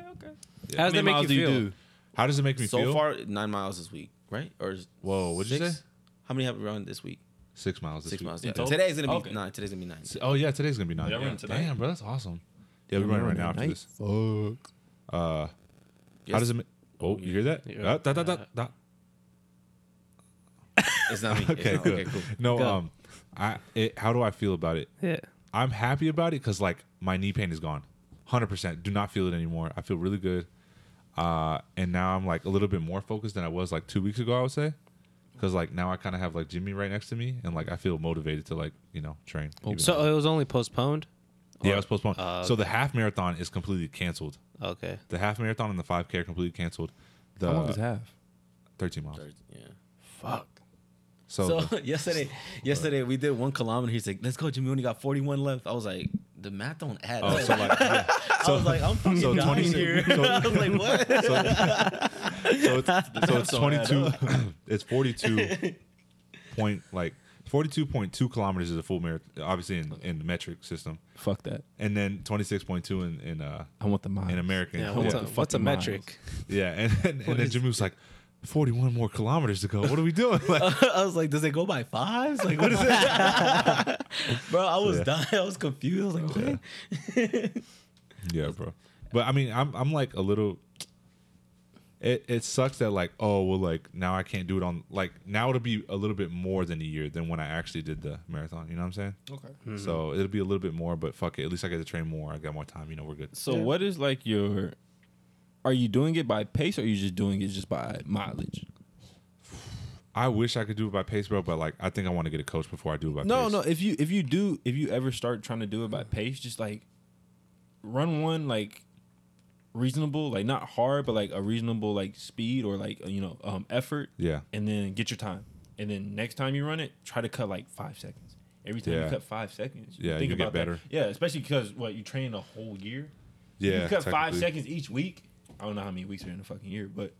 How does How many that make miles you feel? do you do? How does it make me so feel? far, nine miles this week, right? Or is- Whoa, what'd you six? say? How many have we run this week? Six miles. This Six week. miles. In Yeah. total? Today's gonna be Okay. nine. Today's gonna be nine. Oh yeah, today's gonna be nine. Yeah, we're Yeah. running tonight. Damn, bro, that's awesome. Yeah, we're running right now after this. Fuck. Uh, how Yes. does it? Ma- oh, you hear that? Yeah. Uh, da, da, da, da. It's not me. It's Okay, not- good. okay, cool. No, Go. um, I it, how do I feel about it? Yeah. I'm happy about it because like my knee pain is gone, hundred percent. Do not feel it anymore. I feel really good. Uh, and now I'm like a little bit more focused than I was like two weeks ago. I would say, because like now I kind of have like Jimmy right next to me, and like I feel motivated to like you know train. even So it was only postponed. Yeah, it was postponed. Uh, so the half marathon is completely canceled. Okay. The half marathon and the 5K are completely canceled. The How long does half? 13 miles. Yeah. Fuck. So, So uh, the- yesterday, yesterday we did one kilometer. He's like, "Let's go, Jimmy. We only got 41 left." I was like, "The math don't add." oh, up. so like I was like, "I'm fucking so dying 20 here." so- I was like, "What?" so it's, so it's 22 it's 42 point like 42.2 kilometers is a full marathon obviously in, in the metric system Fuck that. and then 26.2 in in uh I want the mile. in american Yeah. yeah, What's Yeah. a what's a Fucking miles. metric? Yeah, and, and, and then is- jimmy was like 41 more kilometers to go what are we doing like I was like, "Does it go by fives? Like, what is it?" Bro, I was Yeah. dying. I was confused. I was like, "What?" yeah bro but i mean i'm, I'm like a little it, it sucks that like oh well like now i can't do it on like now it'll be a little bit more than a year than when i actually did the marathon you know what i'm saying Okay. So it'll be a little bit more, but fuck it. At least I get to train more. I got more time. You know, we're good. So what is like your? Are you doing it by pace, or are you just doing it just by mileage? I wish I could do it by pace, bro, but like I think I want to get a coach before I do it by No, pace. no. If you if you do if you ever start trying to do it by pace, just like run one like reasonable, like not hard, but like a reasonable like speed or like you know um effort, Yeah. and then get your time. And then next time you run it, try to cut like five seconds. Every time Yeah. you cut five seconds, Yeah, you get that. better. Yeah, especially because what you train a whole year. Yeah. you cut five technically. seconds each week. I don't know how many weeks are in a fucking year, but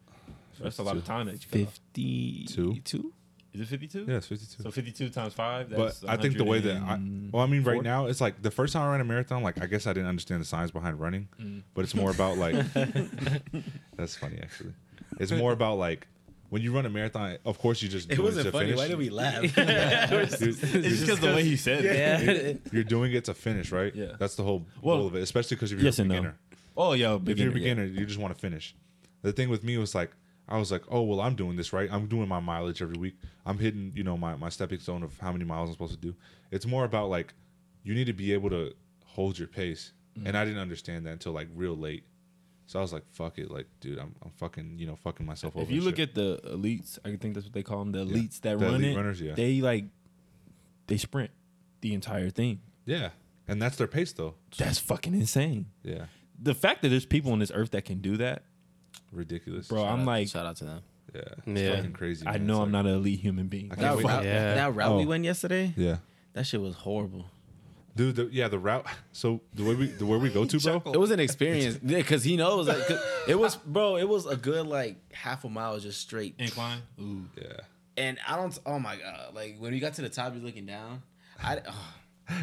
that's a lot of time that you cut off. Fifty-two. Is it fifty two? Yeah, it's 52. So fifty two times five. but That's I think the way that I, well, I mean, right 104? now it's like the first time I ran a marathon, like I guess I didn't understand the science behind running, Mm. but it's more about like, that's funny actually. It's more about like when you run a marathon, of course you just It do wasn't to funny. Finish. Why did we laugh? You're- It's just the way he said it. Yeah. You're doing it to finish, right? Yeah. That's the whole Well, goal of it, especially because if you're Yes a and beginner. no. Oh, yo, if you're a yeah. beginner, you just want to finish. The thing with me was like, I was like, oh well, I'm doing this right. I'm doing my mileage every week. I'm hitting, you know, my my stepping stone of how many miles I'm supposed to do. It's more about like, you need to be able to hold your pace, and I Mm-hmm. didn't understand that until like real late. So I was like, fuck it, like, dude, I'm, I'm fucking, you know, fucking myself over. If you and look shit. at the elites, I think that's what they call them, the elites that The run elite it. runners, yeah. They like they sprint the entire thing. yeah, and that's their pace though. That's fucking insane. Yeah, The fact that there's people on this earth that can do that, ridiculous, bro. I'm like, shout out to them. Yeah, it's Yeah. fucking crazy. I man. know It's I'm like- not an elite human being. I That can't wait. route, Yeah. that route we Oh. went yesterday, Yeah, that shit was horrible. dude. The, yeah, the route. So the way we the where we go to, bro. It was an experience because he knows. Like, 'cause it was, bro. It was a good like half a mile just straight. Incline. Ooh. Yeah. And I don't. Oh my god! Like when you got to the top, you're looking down. I oh,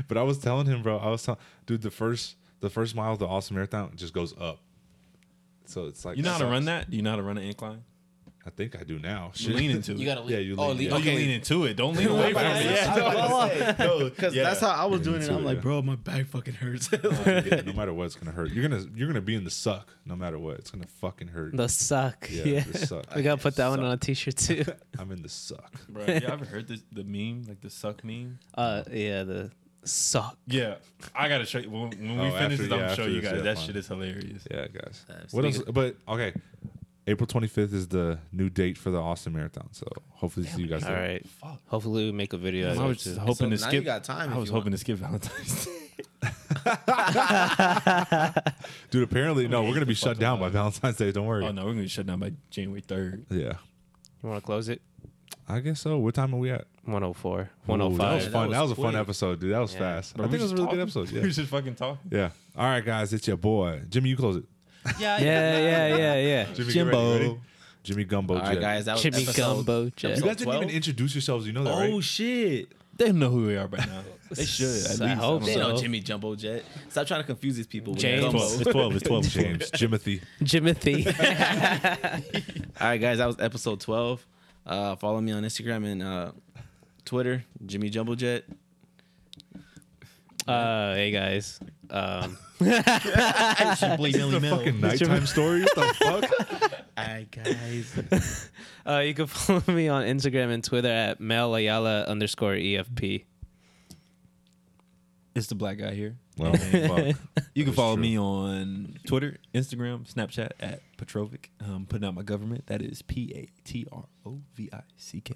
But I was telling him, bro, I was telling dude, the first the first mile of the Austin Marathon just goes up. So it's like You know how to sucks. run that? Do you know how to run an incline? I think I do now. Shit. lean into it. You gotta lean. Yeah, you oh, lean, lean. yeah. No, you Okay. lean into it. Don't lean I was away from about to it. say- Yeah. I was about to say, No, Because yeah. that's how I was doing it. into I'm it, like, yeah. Oh, bro, my back fucking hurts. Yeah, no matter what, it's gonna hurt. You're gonna you're gonna be in the suck no matter what. It's gonna fucking hurt. The suck. Yeah, Yeah. the suck. we gotta put that one on a t-shirt too. I'm in the suck. Bro, you ever heard this, the meme, like the suck meme? Uh, yeah, the suck. Yeah, I gotta show you when, when we Oh, finish after- this. I'm yeah, gonna show after you this, guys. yeah, that fine. shit is hilarious. Yeah, guys. Uh, what else? speaking- But okay, April 25th is the new date for the Austin Marathon. So hopefully see you guys. All there. right. Fuck. Hopefully we make a video. out I of was it, just too. hoping to now you skip. got time I if was you want. hoping to skip Valentine's Day. dude. Apparently, no, we're gonna be shut down by Valentine's Day. Don't worry. oh no, we're gonna be shut down by January third. Yeah, You want to close it? I guess so. What time are we at? 104, Ooh, that was 105. fun. That was, a fun quick. episode, dude. That was Yeah. fast. Bro, I we think it was a just really good talking. episode. We Yeah. just fucking talking. yeah. All right, guys, it's your boy Jimmy. You close it. Yeah, yeah, yeah, yeah. Jimmy, get ready, ready? Jimmy Gumbo. All right, Jet. guys. That was Jimmy episode- Gumbo You Jet. guys didn't even 12? introduce yourselves. You know that, Oh right? shit! They know who we are by now. They should. At least. I hope don't They so. know. know Jimmy Jumbo Jet. Stop trying to confuse these people. with James. It's Gumbo. twelve. It's twelve. It's twelve. It's 12. James, Jimothy. Jimothy. All right, guys, that was episode 12. Uh, follow me on Instagram and uh, Twitter, Jimmy Jumbo Jet. uh, hey guys. Um, The fucking nighttime stories. The fuck? All right, guys. uh, you can follow me on Instagram and Twitter at Mel Ayala underscore E EFP. It's the black guy here. Well, fuck. You can is follow true. me on Twitter, Instagram, Snapchat at Petrovic. Um, putting out my government. That is P A T R O V I C K.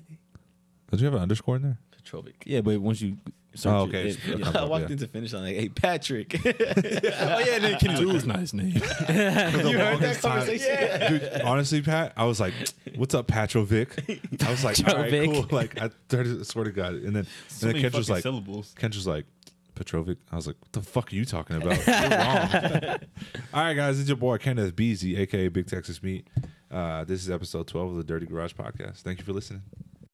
Did you have an underscore in there? Petrovic. Yeah, but once you search Oh, it, okay. it, it- I walked into finish line like, hey, Patrick. oh, yeah, Nick. Dude, that's not his name. you heard that conversation? Dude, honestly, Pat, I was like, "What's up, Patrovic?" I was like, "All right, Jovic. cool." Like, I, I swear to God. And then, and then Kendra's like, syllables. Kendra's like, Petrovic. I was like, what the fuck are you talking about? You're wrong. All right, guys, it's your boy Kenneth Beasy, aka Big Texas Meat. Uh, this is episode 12 of the Dirty Garage Podcast. Thank you for listening.